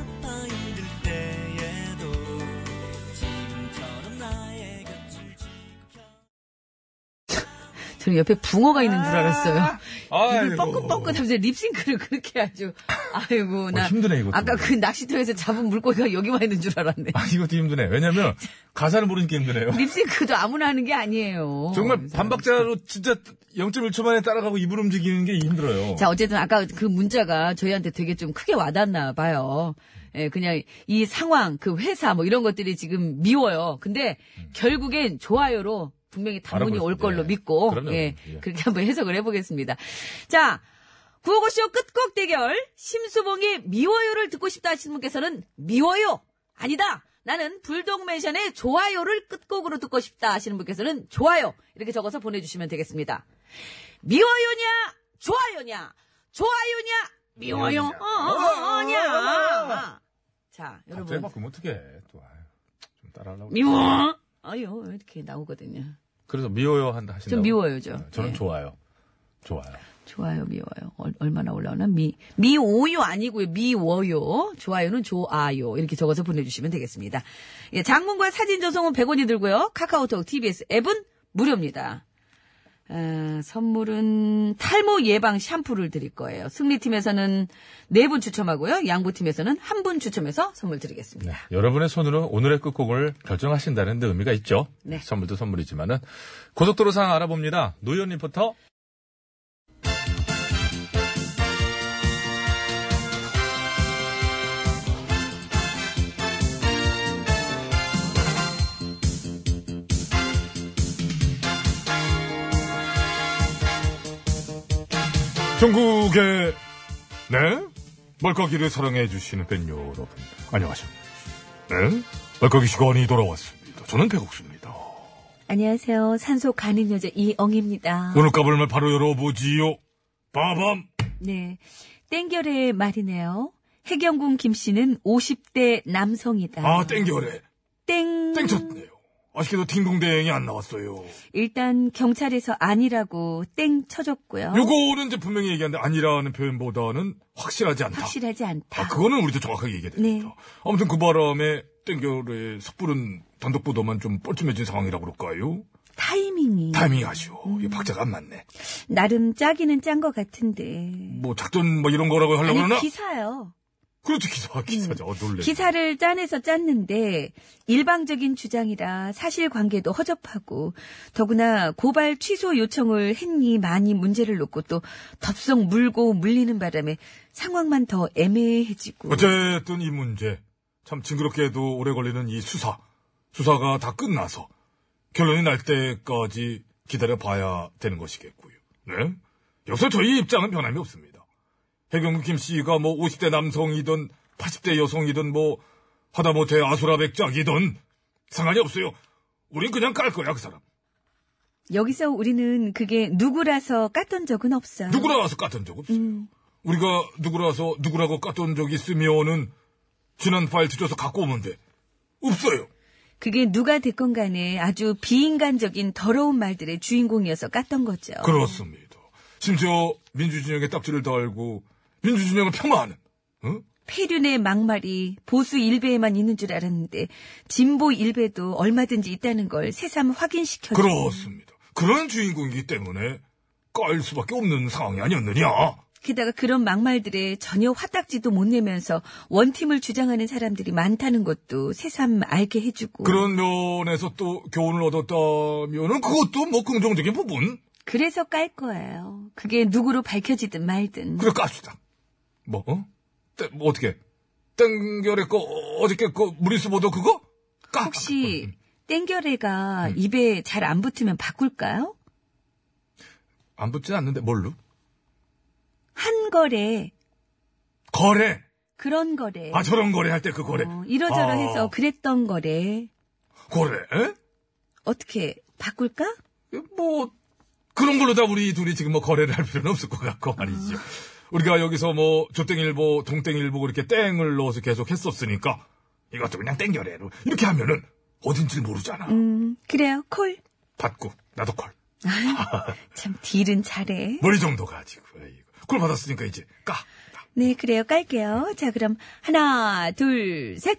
Speaker 10: 저는 옆에 붕어가 있는 줄 알았어요. 입을
Speaker 3: 아이고.
Speaker 10: 뻐끗뻐끗하면서 립싱크를 그렇게 아주 아이고 나
Speaker 3: 어, 힘드네, 이것도.
Speaker 10: 아까 그 낚시터에서 잡은 물고기가 여기 와 있는 줄 알았네.
Speaker 3: 아, 이것도 힘드네. 왜냐면 가사를 모르니까 힘드네요.
Speaker 10: 립싱크도 아무나 하는 게 아니에요.
Speaker 3: 정말 반박자로 진짜 0.1초 만에 따라가고 입을 움직이는 게 힘들어요.
Speaker 10: 자, 어쨌든 아까 그 문자가 저희한테 되게 좀 크게 와닿나 봐요. 예, 그냥 이 상황, 그 회사 뭐 이런 것들이 지금 미워요. 근데 결국엔 좋아요로 분명히 답문이 올
Speaker 3: 음. 알아보겠습니다.
Speaker 10: 걸로
Speaker 3: 예.
Speaker 10: 믿고
Speaker 3: 그럼요.
Speaker 10: 예,
Speaker 3: 예.
Speaker 10: 그렇게 한번 해석을 해보겠습니다. 자, 구호고쇼 끝곡 대결 심수봉의 미워요를 듣고 싶다 하시는 분께서는 미워요 아니다 나는 불독맨션의 좋아요를 끝곡으로 듣고 싶다 하시는 분께서는 좋아요 이렇게 적어서 보내주시면 되겠습니다. 미워요냐 좋아요냐 좋아요냐 어, 미워요냐 자
Speaker 3: 어, 갑자기
Speaker 10: 여러분
Speaker 3: 바꾸면 어떻게
Speaker 9: 예,
Speaker 3: 해? 또 아유, 좀 따라하려고.
Speaker 10: 미워 아유 이렇게 나오거든요.
Speaker 3: 그래서 미워요 한다 하신다.
Speaker 10: 좀 미워요죠.
Speaker 3: 저는
Speaker 10: 예.
Speaker 3: 좋아요. 좋아요.
Speaker 10: 좋아요, 미워요. 얼- 얼마나 올라오나? 미, 미오요 아니고요. 미워요. 좋아요는 좋아요. 이렇게 적어서 보내주시면 되겠습니다. 예, 장문과 사진 전송은 100원이 들고요. 카카오톡, TBS 앱은 무료입니다. 아, 선물은 탈모 예방 샴푸를 드릴 거예요. 승리팀에서는 네 분 추첨하고요. 양보팀에서는 한 분 추첨해서 선물 드리겠습니다.
Speaker 3: 여러분의 손으로 오늘의 끝곡을 결정하신다는 데 의미가 있죠.
Speaker 10: 네.
Speaker 3: 선물도 선물이지만은 고속도로 상황 알아봅니다. 노현 리포터.
Speaker 9: 전국의 네 말까기를 사랑해 주시는 팬 여러분 안녕하십니까? 네 말까기 시간이 돌아왔습니다. 저는 배국수입니다.
Speaker 10: 안녕하세요. 산소 가는 여자 이엉입니다.
Speaker 9: 오늘 까불말 바로 열어보지요. 빠밤.
Speaker 10: 네. 땡결의 말이네요. 해경군 김 씨는 50대 남성이다.
Speaker 9: 아 땡겨래.
Speaker 10: 땡.
Speaker 9: 땡쳤네요. 아쉽게도 팅동댕이 안 나왔어요.
Speaker 10: 일단 경찰에서 아니라고 땡 쳐줬고요.
Speaker 9: 요거는 이제 분명히 얘기하는데 아니라는 표현보다는 확실하지 않다.
Speaker 10: 확실하지 않다.
Speaker 9: 아, 그거는 우리도 정확하게 얘기해야 됩니다.
Speaker 10: 네.
Speaker 9: 아무튼 그 바람에 땡겨의 섣부른 단독 보도만 좀 뻘쭘해진 상황이라고 그럴까요?
Speaker 10: 타이밍이
Speaker 9: 타이밍이 아쉬워. 이 박자가 안 맞네.
Speaker 10: 나름 짜기는 짠 것 같은데.
Speaker 9: 뭐 작전 뭐 이런 거라고 하려고
Speaker 10: 아니
Speaker 9: 그러나?
Speaker 10: 기사요. 음,
Speaker 9: 그렇지 기사 기사죠. 어, 놀래.
Speaker 10: 기사를 짜내서 짰는데 일방적인 주장이라 사실관계도 허접하고 더구나 고발 취소 요청을 했니 많이 문제를 놓고 또 덥석 물고 물리는 바람에 상황만 더 애매해지고
Speaker 9: 어쨌든 이 문제 참 징그럽게도 오래 걸리는 이 수사 수사가 다 끝나서 결론이 날 때까지 기다려 봐야 되는 것이겠고요. 네. 여기서 저희 입장은 변함이 없습니다. 해경국 김 씨가 뭐 50대 남성이든 80대 여성이든 뭐 하다못해 아수라 백작이든 상관이 없어요. 우린 그냥 깔 거야 그 사람.
Speaker 10: 여기서 우리는 그게 누구라서 깠던 적은 없어요. 음,
Speaker 9: 누구라서 깠던 적 없어요. 우리가 누구라서 누구라고 깠던 적 있으면은 지난 파일 뒤져서 갖고 오면 돼. 없어요.
Speaker 10: 그게 누가 됐건 간에 아주 비인간적인 더러운 말들의 주인공이어서 깠던 거죠.
Speaker 9: 그렇습니다. 심지어 민주진영에 딱지를 달고 민주진영을 폄하하는 응?
Speaker 10: 폐륜의 막말이 보수 일베에만 있는 줄 알았는데 진보 일베도 얼마든지 있다는 걸 새삼 확인시켜.
Speaker 9: 그렇죠. 그렇습니다. 그런 주인공이기 때문에 깔 수밖에 없는 상황이 아니었느냐.
Speaker 10: 게다가 그런 막말들에 전혀 화딱지도 못 내면서 원팀을 주장하는 사람들이 많다는 것도 새삼 알게 해주고.
Speaker 9: 그런 면에서 또 교훈을 얻었다면은 그것도 뭐 긍정적인 부분.
Speaker 10: 그래서 깔 거예요. 그게 누구로 밝혀지든 말든.
Speaker 9: 그래 깝시다. 뭐? 어? 때- 뭐 어떻게? 땡결의 거 어저께 그 무리수 보도 그거? 까.
Speaker 10: 혹시 땡결애가
Speaker 9: 음.
Speaker 10: 입에 잘 안 붙으면 바꿀까요?
Speaker 9: 안 붙진 않는데 뭘로?
Speaker 10: 한 거래
Speaker 9: 거래.
Speaker 10: 그런 거래
Speaker 9: 아 저런 거래 할 때 그 거래.
Speaker 10: 어, 이러저러
Speaker 9: 아,
Speaker 10: 해서 그랬던 거래
Speaker 9: 거래? 에?
Speaker 10: 어떻게 바꿀까?
Speaker 9: 뭐 그런 걸로 다 우리 둘이 지금 뭐 거래를 할 필요는 없을 것 같고 말이죠.
Speaker 10: 아.
Speaker 9: 우리가 여기서 뭐 조땡일보, 동땡일보 이렇게 땡을 넣어서 계속 했었으니까 이것도 그냥 땡겨래로 이렇게 하면은 어딘지 모르잖아.
Speaker 10: 음, 그래요 콜.
Speaker 9: 받고 나도 콜.
Speaker 10: 참 딜은 잘해.
Speaker 9: 머리 정도 가지고 에이, 콜 받았으니까 이제 까. 나.
Speaker 10: 네 그래요 깔게요. 자 그럼 하나 둘 셋.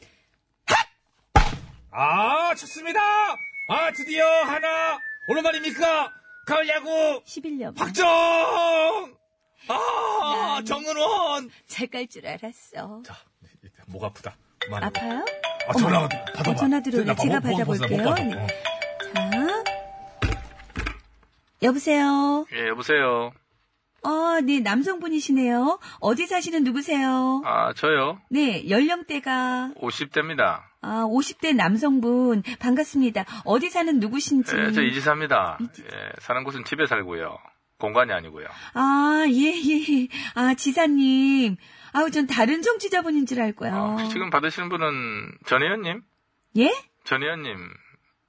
Speaker 3: 아, 좋습니다! 아, 드디어 하나! 오늘 말입니까?
Speaker 5: 가을야구
Speaker 4: 11년.
Speaker 5: 박정 아
Speaker 4: 난-
Speaker 5: 정은원
Speaker 4: 잘갈 줄 알았어.
Speaker 3: 자, 이제 목 아프다. 그만.
Speaker 4: 아파요?
Speaker 3: 아, 전화 받아봐.
Speaker 4: 어, 전화 들어오네.
Speaker 3: 나
Speaker 4: 제가
Speaker 3: 못- 못 봤어, 나 못
Speaker 4: 받아볼게요. 네.
Speaker 3: 봤어. 어.
Speaker 4: 자. 여보세요.
Speaker 10: 예, 여보세요.
Speaker 4: 어, 네, 남성분이시네요. 어디 사시는 누구세요?
Speaker 10: 아, 저요.
Speaker 4: 네, 연령대가,
Speaker 10: 50대입니다.
Speaker 4: 아, 50대 남성분. 반갑습니다. 어디 사는 누구신지.
Speaker 10: 예, 저 이지사입니다. 예, 사는 곳은 집에 살고요. 공간이 아니고요.
Speaker 4: 아, 예, 예. 아, 지사님. 아우, 전 다른 정치자분인 줄 알 거야.
Speaker 10: 어, 지금 받으시는 분은 전 의원님?
Speaker 4: 예?
Speaker 10: 전 의원님.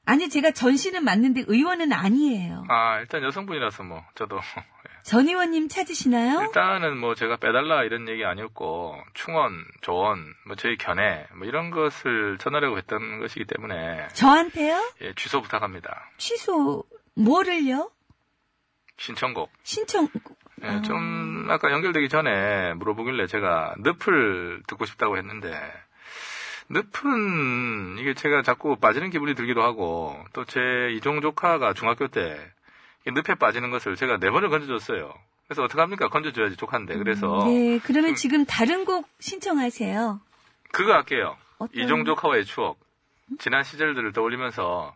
Speaker 4: 아니, 제가 전씨는 맞는데 의원은 아니에요.
Speaker 10: 아, 일단 여성분이라서 뭐, 저도.
Speaker 4: 전 의원님 찾으시나요?
Speaker 10: 일단은 뭐 제가 빼달라 이런 얘기 아니었고, 충원, 조언, 뭐 저희 견해, 뭐 이런 것을 전하려고 했던 것이기 때문에,
Speaker 4: 저한테요?
Speaker 10: 예, 취소 부탁합니다.
Speaker 4: 취소, 뭐를요?
Speaker 10: 신청곡.
Speaker 4: 신청,
Speaker 10: 예, 좀 아까 연결되기 전에 물어보길래 제가 늪을 듣고 싶다고 했는데 늪은 이게 제가 자꾸 빠지는 기분이 들기도 하고 또 제 이종 조카가 중학교 때이 늪에 빠지는 것을 제가 네 번을 건져줬어요. 그래서 어떡합니까? 건져줘야지 조카인데. 그래서
Speaker 4: 네, 그러면 지금 다른 곡 신청하세요.
Speaker 10: 그거 할게요.
Speaker 4: 어떤- 음?
Speaker 10: 이종 조카와의 추억. 지난 시절들을 떠올리면서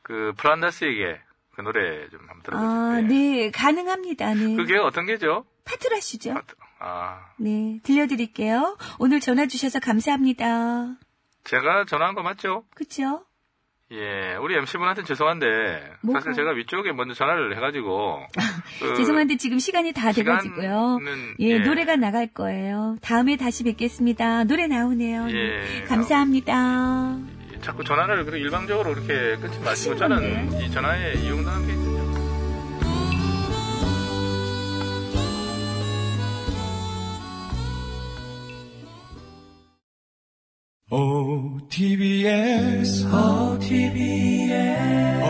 Speaker 10: 그 프란다스에게 그 노래 좀 한번 들어보세요.
Speaker 4: 아,
Speaker 10: 예.
Speaker 4: 네, 가능합니다. 네.
Speaker 10: 그게 어떤 게죠?
Speaker 4: 파투라 씨죠?
Speaker 10: 아,
Speaker 4: 네, 들려드릴게요. 오늘 전화 주셔서 감사합니다.
Speaker 10: 제가 전화한 거 맞죠?
Speaker 4: 그쵸?
Speaker 10: 예, 우리 MC분한테 는 죄송한데
Speaker 4: 뭐가?
Speaker 10: 사실 제가 위쪽에 먼저 전화를 해가지고 그
Speaker 4: 죄송한데 지금 시간이 다 돼가지고요.
Speaker 10: 시간은-
Speaker 4: 예, 노래가 나갈 거예요. 다음에 다시 뵙겠습니다. 노래 나오네요.
Speaker 10: 예,
Speaker 4: 감사합니다.
Speaker 10: 자꾸 전화를 그렇게 일방적으로 이렇게 끊지 마시고
Speaker 4: 하시는
Speaker 10: 저는 이 전화에 이용당한 게 있죠.
Speaker 3: 어,
Speaker 1: OTBS,
Speaker 11: 어,
Speaker 1: OTBS,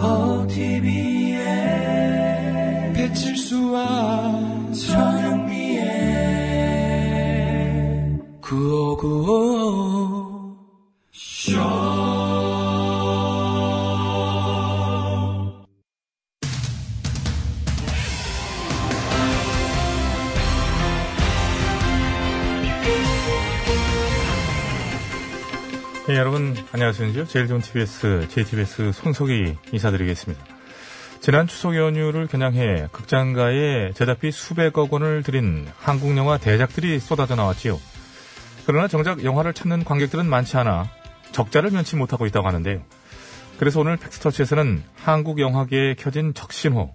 Speaker 1: OTBS,
Speaker 11: 어,
Speaker 1: OTBS, 배칠수와 저녁미의 구호구호 쇼.
Speaker 3: 예, 여러분 안녕하십니까? 제일 좋은 TBS, JTBS 손석희 인사드리겠습니다. 지난 추석 연휴를 겨냥해 극장가에 제작비 수백억 원을 들인 한국 영화 대작들이 쏟아져 나왔지요. 그러나 정작 영화를 찾는 관객들은 많지 않아 적자를 면치 못하고 있다고 하는데요. 그래서 오늘 팩스터치에서는 한국 영화계에 켜진 적신호,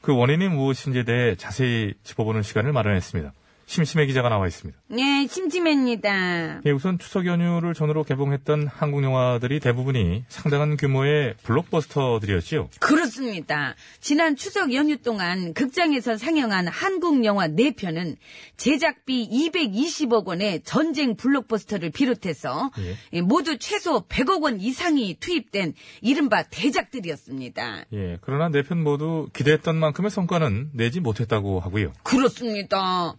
Speaker 3: 그 원인이 무엇인지에 대해 자세히 짚어보는 시간을 마련했습니다. 심심해 기자가 나와 있습니다.
Speaker 4: 예, 심심합니다.
Speaker 3: 예, 우선 추석 연휴를 전후로 개봉했던 한국 영화들이 대부분이 상당한 규모의 블록버스터들이었지요.
Speaker 4: 그렇습니다. 지난 추석 연휴 동안 극장에서 상영한 한국 영화 4편은 제작비 220억 원의 전쟁 블록버스터를 비롯해서 예, 모두 최소 100억 원 이상이 투입된 이른바 대작들이었습니다.
Speaker 3: 예, 그러나 네 편 모두 기대했던 만큼의 성과는 내지 못했다고 하고요.
Speaker 4: 그렇습니다.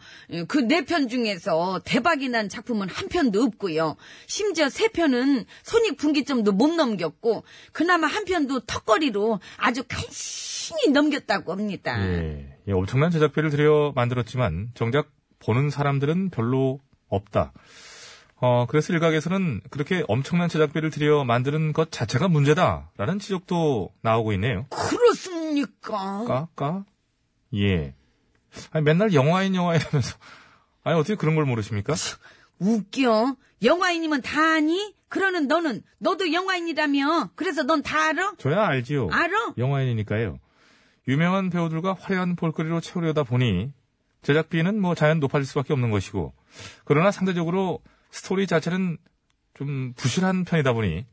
Speaker 4: 그 네 편 중에서 대박이 난 작품은 한 편도 없고요. 심지어 세 편은 손익 분기점도 못 넘겼고 그나마 한 편도 턱걸이로 아주 간신히 넘겼다고 합니다.
Speaker 3: 예, 예, 엄청난 제작비를 들여 만들었지만 정작 보는 사람들은 별로 없다. 어, 그래서 일각에서는 그렇게 엄청난 제작비를 들여 만드는 것 자체가 문제다라는 지적도 나오고 있네요.
Speaker 4: 그렇습니까?
Speaker 3: 까? 까? 예. 아니, 맨날 영화인 영화이라면서. 아니, 어떻게 그런 걸 모르십니까?
Speaker 4: 웃겨. 영화인이면 다 아니? 그러는 너는 너도 영화인이라며. 그래서 넌 다 알아?
Speaker 3: 저야 알지요.
Speaker 4: 알아?
Speaker 3: 영화인이니까요. 유명한 배우들과 화려한 볼거리로 채우려다 보니 제작비는 뭐 자연 높아질 수밖에 없는 것이고 그러나 상대적으로 스토리 자체는 좀 부실한 편이다 보니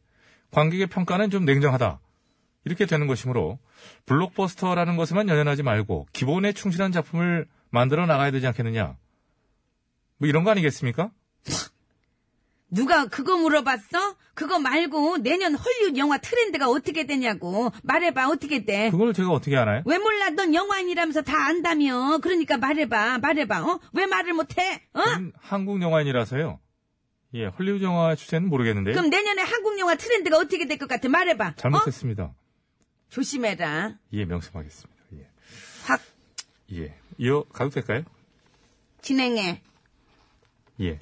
Speaker 3: 관객의 평가는 좀 냉정하다. 이렇게 되는 것이므로 블록버스터라는 것에만 연연하지 말고 기본에 충실한 작품을 만들어 나가야 되지 않겠느냐. 뭐 이런 거 아니겠습니까?
Speaker 4: 누가 그거 물어봤어? 그거 말고 내년 헐리우드 영화 트렌드가 어떻게 되냐고 말해봐 어떻게 돼?
Speaker 3: 그걸 제가 어떻게 알아요?
Speaker 4: 왜 몰라? 넌 영화인이라면서 다 안다며. 그러니까 말해봐, 말해봐. 어? 왜 말을 못해? 어?
Speaker 3: 저는 한국 영화인이라서요. 예, 헐리우드 영화 추세는 모르겠는데요.
Speaker 4: 그럼 내년에 한국 영화 트렌드가 어떻게 될 것 같아? 말해봐. 어?
Speaker 3: 잘못했습니다.
Speaker 4: 조심해라.
Speaker 3: 예, 명심하겠습니다. 예.
Speaker 4: 확
Speaker 3: 예. 이어 가도 될까요?
Speaker 4: 진행해.
Speaker 3: 예.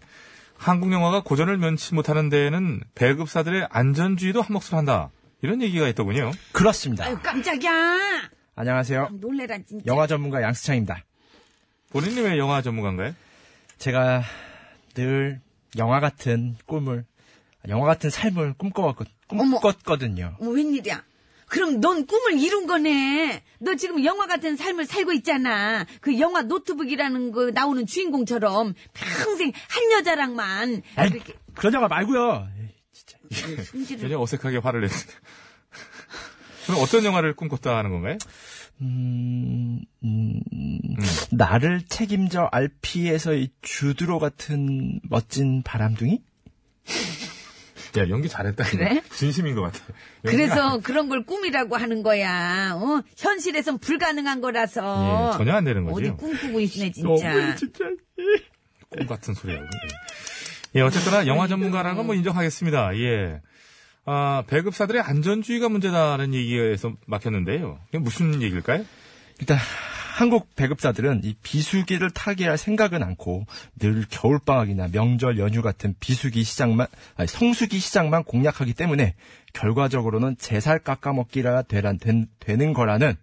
Speaker 3: 한국 영화가 고전을 면치 못하는 데에는 배급사들의 안전주의도 한몫을 한다. 이런 얘기가 있더군요.
Speaker 11: 그렇습니다.
Speaker 4: 아유 깜짝이야.
Speaker 11: 안녕하세요.
Speaker 4: 놀래라 진짜.
Speaker 11: 영화 전문가 양수창입니다.
Speaker 3: 본인이 왜 영화 전문가인가요?
Speaker 11: 제가 늘 영화 같은 꿈을, 영화 같은 삶을 꿈꿔왔거,
Speaker 4: 어머.
Speaker 11: 꿈꿨거든요.
Speaker 4: 어머, 웬일이야. 그럼 넌 꿈을 이룬 거네. 너 지금 영화 같은 삶을 살고 있잖아. 그 영화 노트북이라는 거 나오는 주인공처럼 평생 한 여자랑만
Speaker 11: 에이,
Speaker 4: 그렇게
Speaker 11: 그런 영화 말고요. 에이, 진짜.
Speaker 4: 성질을
Speaker 3: 전혀 예, 어색하게 화를 냈습니다. 그럼 어떤 영화를 꿈꿨다 하는 건가요?
Speaker 11: 음, 음, 나를 책임져 RP에서 이 주드로 같은 멋진 바람둥이?
Speaker 3: 야, 연기 잘했다.
Speaker 4: 그래?
Speaker 3: 진심인 것 같아.
Speaker 4: 그래서 그런 걸 꿈이라고 하는 거야. 어? 현실에선 불가능한 거라서.
Speaker 3: 예, 전혀 안 되는 거지.
Speaker 4: 어디 꿈꾸고 있네 진짜.
Speaker 3: 꿈 같은 소리하고. 예, 어쨌거나 영화 전문가라는 건 뭐 인정하겠습니다. 예. 아, 배급사들의 안전주의가 문제다라는 얘기에서 막혔는데요. 이게 무슨 얘기일까요?
Speaker 11: 일단 한국 배급사들은 이 비수기를 타개할 생각은 않고 늘 겨울방학이나 명절 연휴 같은 비수기 시장만 아니, 성수기 시장만 공략하기 때문에 결과적으로는 제살 깎아먹기라 되란 된- 되는 거라는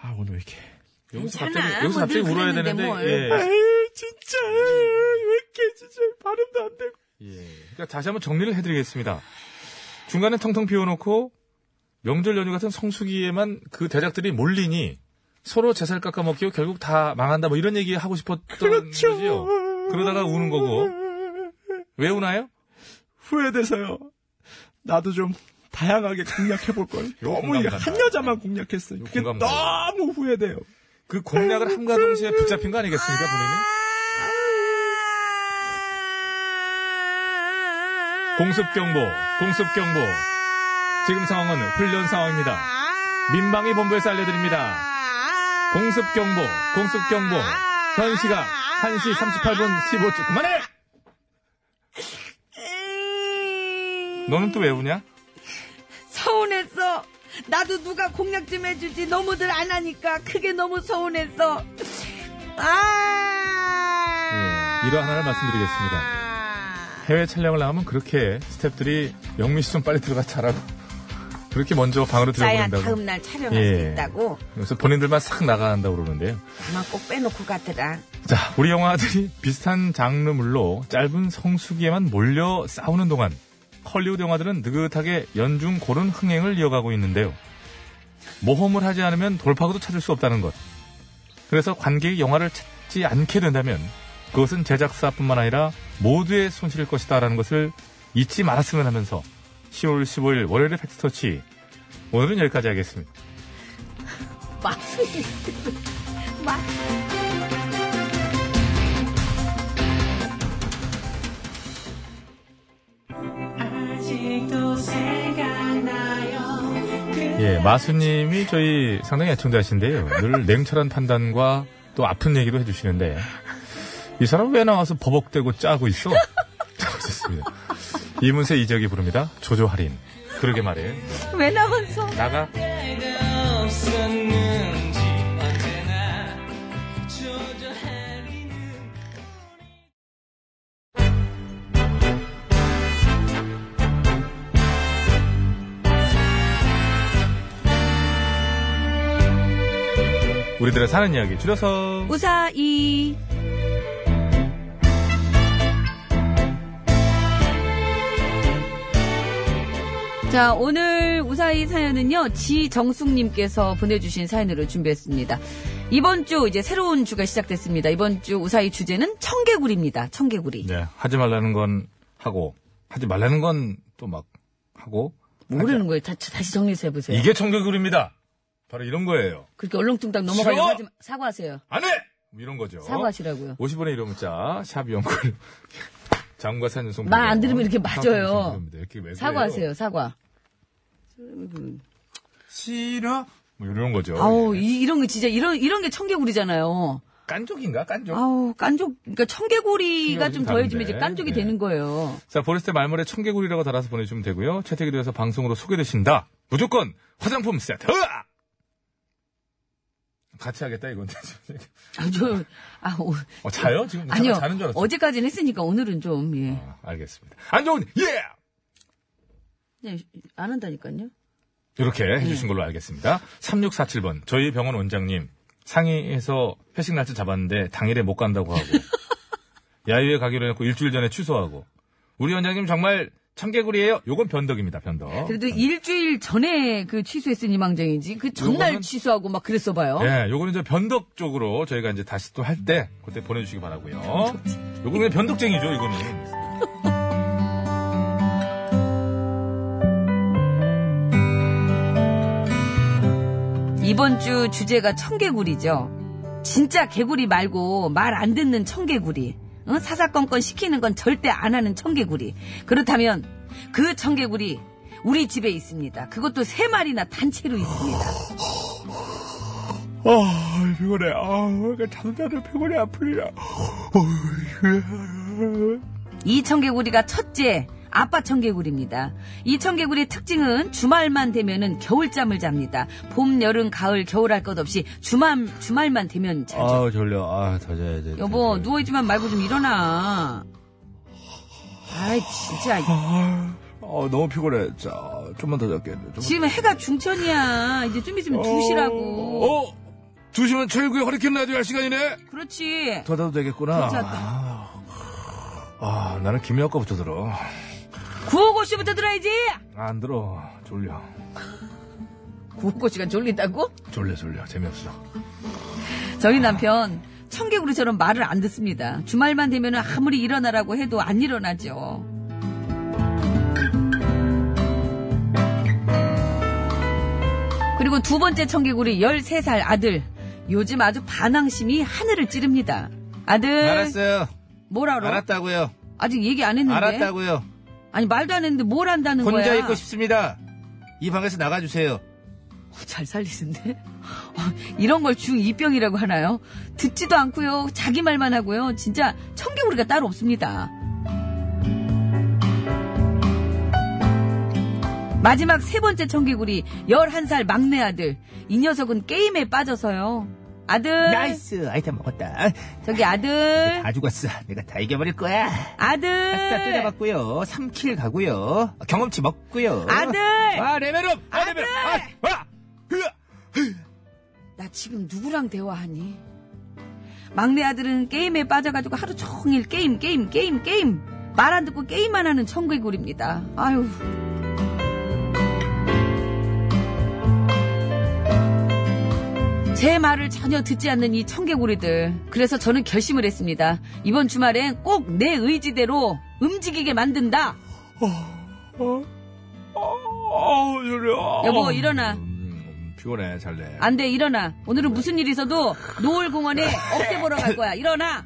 Speaker 11: 아 오늘 왜 이렇게
Speaker 3: 여기서
Speaker 4: 괜찮아.
Speaker 3: 갑자기, 여기서
Speaker 4: 뭐늘
Speaker 3: 갑자기 울어야
Speaker 4: 그랬는데
Speaker 3: 되는데,
Speaker 4: 뭘.
Speaker 3: 예.
Speaker 11: 진짜 왜 이렇게 진짜 발음도 안 되고
Speaker 3: 그러니까 다시 한번 정리를 해드리겠습니다. 중간에 텅텅 비워놓고 명절 연휴 같은 성수기에만 그 대작들이 몰리니 서로 제살 깎아먹기고 결국 다 망한다 뭐 이런 얘기 하고 싶었던
Speaker 4: 그렇죠.
Speaker 3: 거지요. 그러다가 우는 거고 왜 우나요?
Speaker 11: 후회돼서요 나도 좀 다양하게 공략해볼 걸 너무
Speaker 3: 공감 간다.
Speaker 11: 한 여자만 공략했어요
Speaker 3: 이거
Speaker 11: 그게
Speaker 3: 공감
Speaker 11: 너무 후회돼요
Speaker 3: 그 공략을 함과 동시에 붙잡힌 거 아니겠습니까 본인이? 공습경보, 공습경보. 지금 상황은 훈련 상황입니다. 민방위 본부에서 알려드립니다. 공습경보, 공습경보. 현 시각 1시 38분 15초. 그만해! 너는 또 왜 우냐?
Speaker 4: 서운했어. 나도 누가 공략 좀 해주지 너무들 안 하니까 그게 너무 서운했어. 아.
Speaker 3: 예, 이러 하나를 말씀드리겠습니다. 해외 촬영을 나가면 그렇게 스탭들이 영미 씨 좀 빨리 들어가 자라고 그렇게 먼저 방으로
Speaker 4: 짜야
Speaker 3: 들어보낸다고
Speaker 4: 다음 날 촬영할
Speaker 3: 예.
Speaker 4: 수 있다고
Speaker 3: 그래서 본인들만 싹 나간다고 그러는데요.
Speaker 4: 아마 꼭 빼놓고 가더라.
Speaker 3: 자, 우리 영화들이 비슷한 장르물로 짧은 성수기에만 몰려 싸우는 동안 헐리우드 영화들은 느긋하게 연중 고른 흥행을 이어가고 있는데요. 모험을 하지 않으면 돌파구도 찾을 수 없다는 것. 그래서 관객이 영화를 찾지 않게 된다면 그것은 제작사뿐만 아니라 모두의 손실일 것이다라는 것을 잊지 말았으면 하면서 10월 15일 월요일의 팩스터치 오늘은 여기까지 하겠습니다.
Speaker 4: 마술이 마
Speaker 1: 아직도 생각나요
Speaker 3: 예, 마수님이 저희 상당히 애청자신데요. 늘 냉철한 판단과 또 아픈 얘기도 해주시는데 이 사람 왜 나와서 버벅대고 짜고 있어? 좋습니다. 이문세 이적이 부릅니다. 조조 할인. 그러게 네. 말해.
Speaker 4: 왜 나와서
Speaker 3: 나가.
Speaker 1: 때가 없었는지 언제나 조조하리는
Speaker 3: 우리들의 사는 이야기 줄여서
Speaker 4: 우사이 자 오늘 우사이 사연은요 지정숙님께서 보내주신 사연으로 준비했습니다 이번 주 이제 새로운 주가 시작됐습니다 이번 주 우사이 주제는 청개구리입니다 청개구리
Speaker 3: 네, 하지 말라는 건 하고 하지 말라는 건 또 막 하고
Speaker 4: 모르는 거예요 다, 다시 정리해서 해보세요
Speaker 3: 이게 청개구리입니다. 바로 이런 거예요.
Speaker 4: 그렇게 얼렁뚱땅 넘어가려고
Speaker 3: 싫어!
Speaker 4: 하지 마- 사과하세요
Speaker 3: 안 해! 뭐 이런 거죠.
Speaker 4: 사과하시라고요
Speaker 3: 50원의 이름 문자 샵 연골 장과 산윤송
Speaker 4: 말안 들으면 이렇게 맞아요.
Speaker 3: 이렇게 왜 그래요?
Speaker 4: 사과하세요 사과
Speaker 3: 싫어 뭐 이런 거죠. 뭐
Speaker 4: 아우 이, 런거 진짜 이런 이런 게 청개구리잖아요.
Speaker 3: 깐족인가? 깐족?
Speaker 4: 아우 깐족 그러니까 청개구리가
Speaker 12: 청개구리
Speaker 4: 좀 더해지면 이제
Speaker 12: 다른데.
Speaker 4: 깐족이
Speaker 12: 네.
Speaker 4: 되는 거예요.
Speaker 3: 자, 보냈을 때 말머리에 청개구리라고 달아서 보내주시면 되고요. 채택이 되어서 방송으로 소개되신다. 무조건 화장품 세트! 으아! 같이 하겠다, 이건.
Speaker 4: 아주 아 오,
Speaker 3: 어, 자요? 지금 잠깐
Speaker 4: 아니요
Speaker 3: 자는 줄 알았어.
Speaker 4: 어제까지는 했으니까 오늘은 좀 예.
Speaker 3: 아, 알겠습니다. 안 좋은, 예!
Speaker 4: 그냥 안 한다니까요.
Speaker 3: 이렇게
Speaker 4: 네.
Speaker 3: 해주신 걸로 알겠습니다. 3647번. 저희 병원 원장님. 상의해서 회식 날짜 잡았는데 당일에 못 간다고 하고. 야유회 가기로 해놓고 일주일 전에 취소하고. 우리 원장님 정말 참개구리예요 요건 변덕입니다, 변덕.
Speaker 4: 그래도 일주일 전에 그 취소했으니 망정이지 그 전날
Speaker 3: 요거는-
Speaker 4: 취소하고 막 그랬어 봐요.
Speaker 3: 예, 요거는 이제 변덕 쪽으로 저희가 이제 다시 또 할 때 그때 보내주시기 바라고요.
Speaker 4: 음,
Speaker 3: 요거는 그냥 변덕쟁이죠, 이거는.
Speaker 4: 이번 주 주제가 청개구리죠. 진짜 개구리 말고 말 안 듣는 청개구리. 응? 사사건건 시키는 건 절대 안 하는 청개구리. 그렇다면 그 청개구리 우리 집에 있습니다. 그것도 세 마리나 단체로 있습니다.
Speaker 7: 아, 피곤해. 아, 잠자도 피곤해. 아프리라.
Speaker 4: 이 청개구리가 첫째 아빠 청개구리입니다. 이 청개구리의 특징은 주말만 되면은 겨울잠을 잡니다. 봄, 여름, 가을, 겨울 할 것 없이 주말 주말만 되면 자죠.
Speaker 7: 아, 졸려. 아, 더 자야 돼.
Speaker 4: 여보 누워있지만 말고 좀 일어나. 아이 진짜
Speaker 7: 아, 아, 너무 피곤해. 자, 좀만 더 잘게. 좀만 더
Speaker 4: 지금 해가 중천이야. 이제 좀 있으면 두시라고
Speaker 3: 어? 두시면 최고의 허리케인 라디오 할 시간이네?
Speaker 4: 그렇지.
Speaker 7: 더 자도 되겠구나.
Speaker 4: 괜찮다.
Speaker 3: 아, 나는 김혜아 거부터 들어.
Speaker 4: 구호고쇼부터 들어야지.
Speaker 3: 안 들어. 졸려.
Speaker 4: 구호고쇼가 졸린다고?
Speaker 3: 졸려, 졸려. 재미없어.
Speaker 4: 저희 남편 청개구리처럼 말을 안 듣습니다. 주말만 되면 아무리 일어나라고 해도 안 일어나죠. 그리고 두 번째 청개구리 13살 아들. 요즘 아주 반항심이 하늘을 찌릅니다. 아들.
Speaker 3: 알았어요.
Speaker 4: 네. 뭐라로?
Speaker 3: 알았다고요.
Speaker 4: 아직 얘기 안 했는데.
Speaker 3: 알았다고요.
Speaker 4: 아니 말도 안 했는데 뭘 한다는
Speaker 3: 혼자
Speaker 4: 거야?
Speaker 3: 있고 싶습니다. 이 방에서 나가주세요.
Speaker 4: 어, 잘 살리신데? 어, 이런 걸 중2병이라고 하나요? 듣지도 않고요. 자기 말만 하고요. 진짜 청개구리가 따로 없습니다. 마지막 세 번째 청개구리 11살 막내 아들. 이 녀석은 게임에 빠져서요. 아들.
Speaker 7: 나이스. 아이템 먹었다.
Speaker 4: 저기 아들.
Speaker 7: 다 죽었어. 내가 다 이겨버릴 거야.
Speaker 4: 아들.
Speaker 7: 아싸, 때려봤고요. 3킬 가고요. 경험치 먹고요.
Speaker 4: 아들.
Speaker 7: 아, 레벨업! 아, 레벨업! 아, 아! 으아!
Speaker 4: 나 지금 누구랑 대화하니? 막내 아들은 게임에 빠져가지고 하루 종일 게임, 게임, 게임, 게임. 말 안 듣고 게임만 하는 청개구리입니다. 아유. 제 말을 전혀 듣지 않는 이 청개구리들. 그래서 저는 결심을 했습니다. 이번 주말엔 꼭 내 의지대로 움직이게 만든다.
Speaker 7: 어, 졸려.
Speaker 4: 여보, 일어나.
Speaker 3: 음, 피곤해, 잘래.
Speaker 4: 안 돼, 일어나. 오늘은 무슨 일이 있어도 노을공원에
Speaker 3: 네.
Speaker 4: 없애보러 갈 거야. 일어나!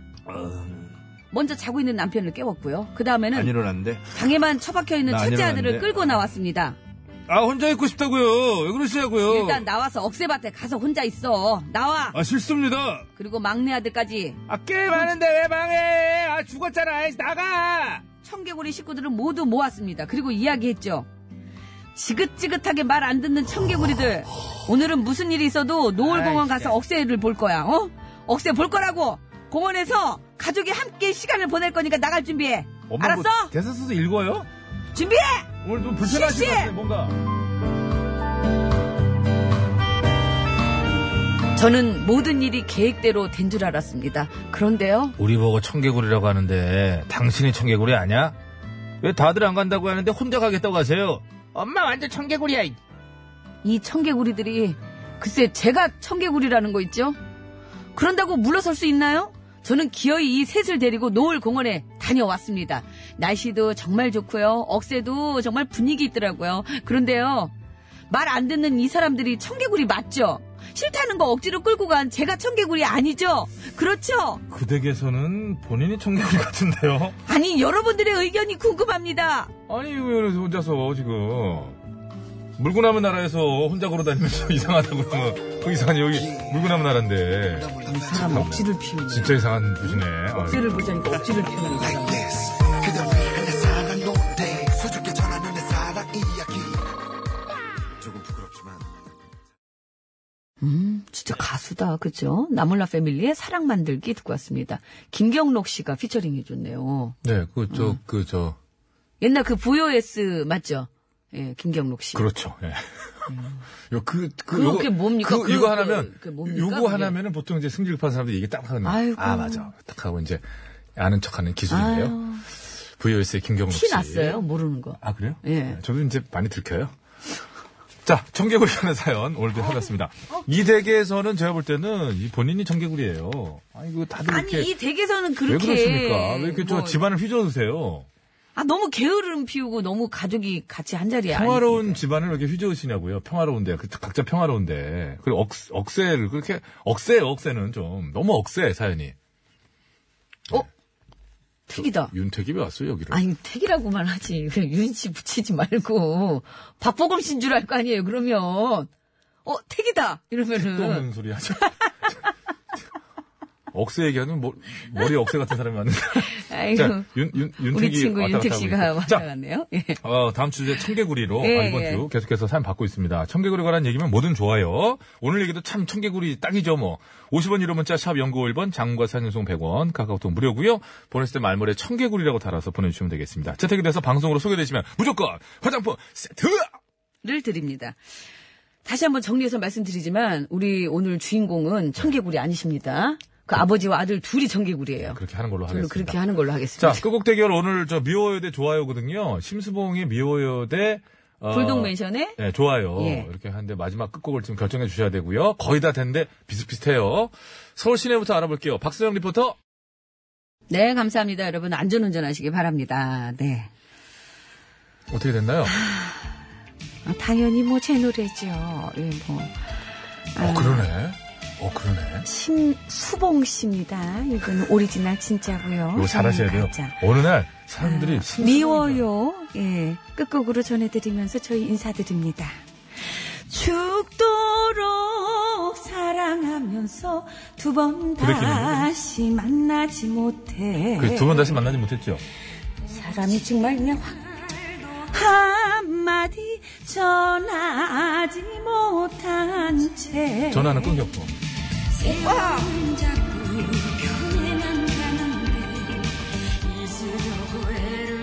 Speaker 4: 먼저 자고 있는 남편을 깨웠고요. 그 다음에는
Speaker 3: 일어났는데.
Speaker 4: 방에만 처박혀 있는
Speaker 3: 나안
Speaker 4: 첫째 아들을
Speaker 3: 일어났는데.
Speaker 4: 끌고 나왔습니다.
Speaker 3: 아, 혼자 있고 싶다고요. 왜 그러시냐고요.
Speaker 4: 일단 나와서 억새밭에 가서 혼자 있어. 나와!
Speaker 3: 어. 아, 싫습니다.
Speaker 4: 그리고 막내 아들까지
Speaker 3: 아, 게임하는데 왜 방해해? 아, 죽었잖아. 아이, 나가!
Speaker 4: 청개구리 식구들을 모두 모았습니다. 그리고 이야기했죠. 지긋지긋하게 말 안 듣는 청개구리들. 오늘은 무슨 일이 있어도 노을공원 가서 억새를 볼 거야. 어? 억새 볼 거라고. 공원에서 가족이 함께 시간을 보낼 거니까 나갈 준비해.
Speaker 3: 엄마
Speaker 4: 알았어?
Speaker 3: 뭐 대사 써서 읽어요?
Speaker 4: 준비해.
Speaker 3: 오늘 좀 불편하신
Speaker 4: 실시!
Speaker 3: 것 같아, 뭔가.
Speaker 4: 저는 모든 일이 계획대로 된 줄 알았습니다. 그런데요.
Speaker 3: 우리 보고 청개구리라고 하는데, 당신이 청개구리 아냐? 왜 다들 안 간다고 하는데 혼자 가겠다고 하세요? 엄마 완전 청개구리야. 이.
Speaker 4: 이 청개구리들이 글쎄 제가 청개구리라는 거 있죠? 그런다고 물러설 수 있나요? 저는 기어이 이 셋을 데리고 노을 공원에 다녀왔습니다. 날씨도 정말 좋고요. 억새도 정말 분위기 있더라고요. 그런데요. 말 안 듣는 이 사람들이 청개구리 맞죠? 싫다는 거 억지로 끌고 간 제가 청개구리 아니죠? 그렇죠?
Speaker 3: 그 댁에서는 본인이 청개구리 같은데요?
Speaker 4: 아니 여러분들의 의견이 궁금합니다.
Speaker 3: 아니, 왜 그래서 혼자서 지금. 물고 남은 나라에서 혼자 걸어 다니면서 이상하다고 그러면 그 이상한 여기 물고 남은 나라인데
Speaker 4: 이 사람 억지를 피우네.
Speaker 3: 진짜 이상한 분이네. 아유.
Speaker 4: 억지를 보자니까 억지를 피우는 거잖아. 음, 진짜
Speaker 3: 네.
Speaker 4: 가수다, 그죠? 나몰라 패밀리의 사랑 만들기 듣고 왔습니다. 김경록 씨가 피처링 해줬네요.
Speaker 3: 네, 그 저 그 저
Speaker 4: 옛날 그 VOS 맞죠? 예, 김경록 씨.
Speaker 3: 그렇죠. 예. 요, 그, 그,
Speaker 4: 그게 뭡니까?
Speaker 3: 그,
Speaker 4: 그-
Speaker 3: 이거 하나면,
Speaker 4: 그- 그게 뭡니까?
Speaker 3: 요거
Speaker 4: 그게?
Speaker 3: 하나면은 보통 이제 승질 급한 사람들이 이게 딱 하거든요.
Speaker 4: 아이고.
Speaker 3: 아, 맞아. 딱 하고 이제 아는 척 하는 기술인데요.
Speaker 4: 아유.
Speaker 3: VOS의 김경록 씨.
Speaker 4: 티 났어요, 모르는 거.
Speaker 3: 아, 그래요?
Speaker 4: 예.
Speaker 3: 네, 저도 이제 많이 들켜요. 자, 청개구리 하는 사연 오늘도 해봤습니다. 이 댁에서는 제가 볼 때는 이 본인이 청개구리예요. 아니, 이거 다들 이렇게.
Speaker 4: 아니, 이 댁에서는
Speaker 3: 왜
Speaker 4: 그렇게.
Speaker 3: 그렇습니까? 왜 이렇게 저
Speaker 4: 뭐,
Speaker 3: 집안을 휘저으세요?
Speaker 4: 아, 너무 게으름 피우고 너무 가족이 같이 한 자리에
Speaker 3: 평화로운
Speaker 4: 앉으니까.
Speaker 3: 집안을 왜 이렇게 휘저으시냐고요. 평화로운데. 그 각자 평화로운데. 그리고 억, 억세를 그렇게 억세요. 억세는 좀 너무 억세 사연이. 네.
Speaker 4: 어? 택이다. 그
Speaker 3: 윤택이 왜 왔어요 여기를?
Speaker 4: 아니, 택이라고만 하지. 그냥 윤씨 붙이지 말고. 박보검 씨인 줄 알 거 아니에요, 그러면. 어, 택이다!
Speaker 3: 또 음.
Speaker 4: 이러면은.
Speaker 3: 없는 소리 하죠. 억세 얘기하는 머, 머리 억세 같은 사람이 왔는데.
Speaker 4: 아이고.
Speaker 3: 자, 윤, 윤, 윤택이
Speaker 4: 우리 친구
Speaker 3: 왔다
Speaker 4: 윤택
Speaker 3: 갔다 하고
Speaker 4: 씨가
Speaker 3: 있고.
Speaker 4: 왔다
Speaker 3: 자,
Speaker 4: 갔네요. 예.
Speaker 3: 어, 다음 주제 청개구리로
Speaker 4: 예,
Speaker 3: 아, 이번
Speaker 4: 예.
Speaker 3: 주 계속해서 사연 받고 있습니다. 청개구리 관한 얘기면 뭐든 좋아요. 오늘 얘기도 참 청개구리 딱이죠 뭐. 50원 유료 문자 샵 연구 1번 장과 사연송 100원 카카오톡 무료고요. 보냈을 때 말머리에 청개구리라고 달아서 보내주시면 되겠습니다. 채택이 돼서 방송으로 소개되시면 무조건 화장품 세트!
Speaker 4: 를 드립니다. 다시 한번 정리해서 말씀드리지만 우리 오늘 주인공은 청개구리 아니십니다. 그 아버지와 아들 둘이 청개구리예요.
Speaker 3: 그렇게 하는 걸로
Speaker 4: 저는
Speaker 3: 하겠습니다.
Speaker 4: 그렇게 하는 걸로 하겠습니다.
Speaker 3: 자, 끝곡 대결 오늘 저 미워요 대 좋아요거든요. 심수봉의 미워요 대 어,
Speaker 4: 불독맨션의
Speaker 3: 네, 좋아요.
Speaker 4: 예.
Speaker 3: 이렇게 하는데 마지막 끝곡을 지금 결정해 주셔야 되고요. 거의 다 됐는데 비슷비슷해요. 서울 시내부터 알아볼게요. 박수영 리포터.
Speaker 4: 네 감사합니다 여러분 안전운전 하시기 바랍니다. 네
Speaker 3: 어떻게 됐나요?
Speaker 4: 아, 당연히 뭐 제 노래죠. 예, 뭐 아,
Speaker 3: 어, 그러네. 어, 그러네.
Speaker 4: 심수봉 씨입니다. 이건 오리지널 진짜고요. 음,
Speaker 3: 이거 잘하셔야 돼요.
Speaker 4: 가짜.
Speaker 3: 어느 날 사람들이 심수봉
Speaker 4: 미워요. 예. 끝곡으로 전해드리면서 저희 인사드립니다. 죽도록 사랑하면서 두 번
Speaker 3: 부대끼는
Speaker 4: 다시 만나지 못해.
Speaker 3: 그, 두번 다시 만나지 못했죠.
Speaker 4: 사람이 정말 그냥 확. 한마디 전하지 못한 채.
Speaker 3: 전화는 끊겼고.
Speaker 1: 아.
Speaker 6: 세월은 자꾸 변해만 가는데 잊으려고 애를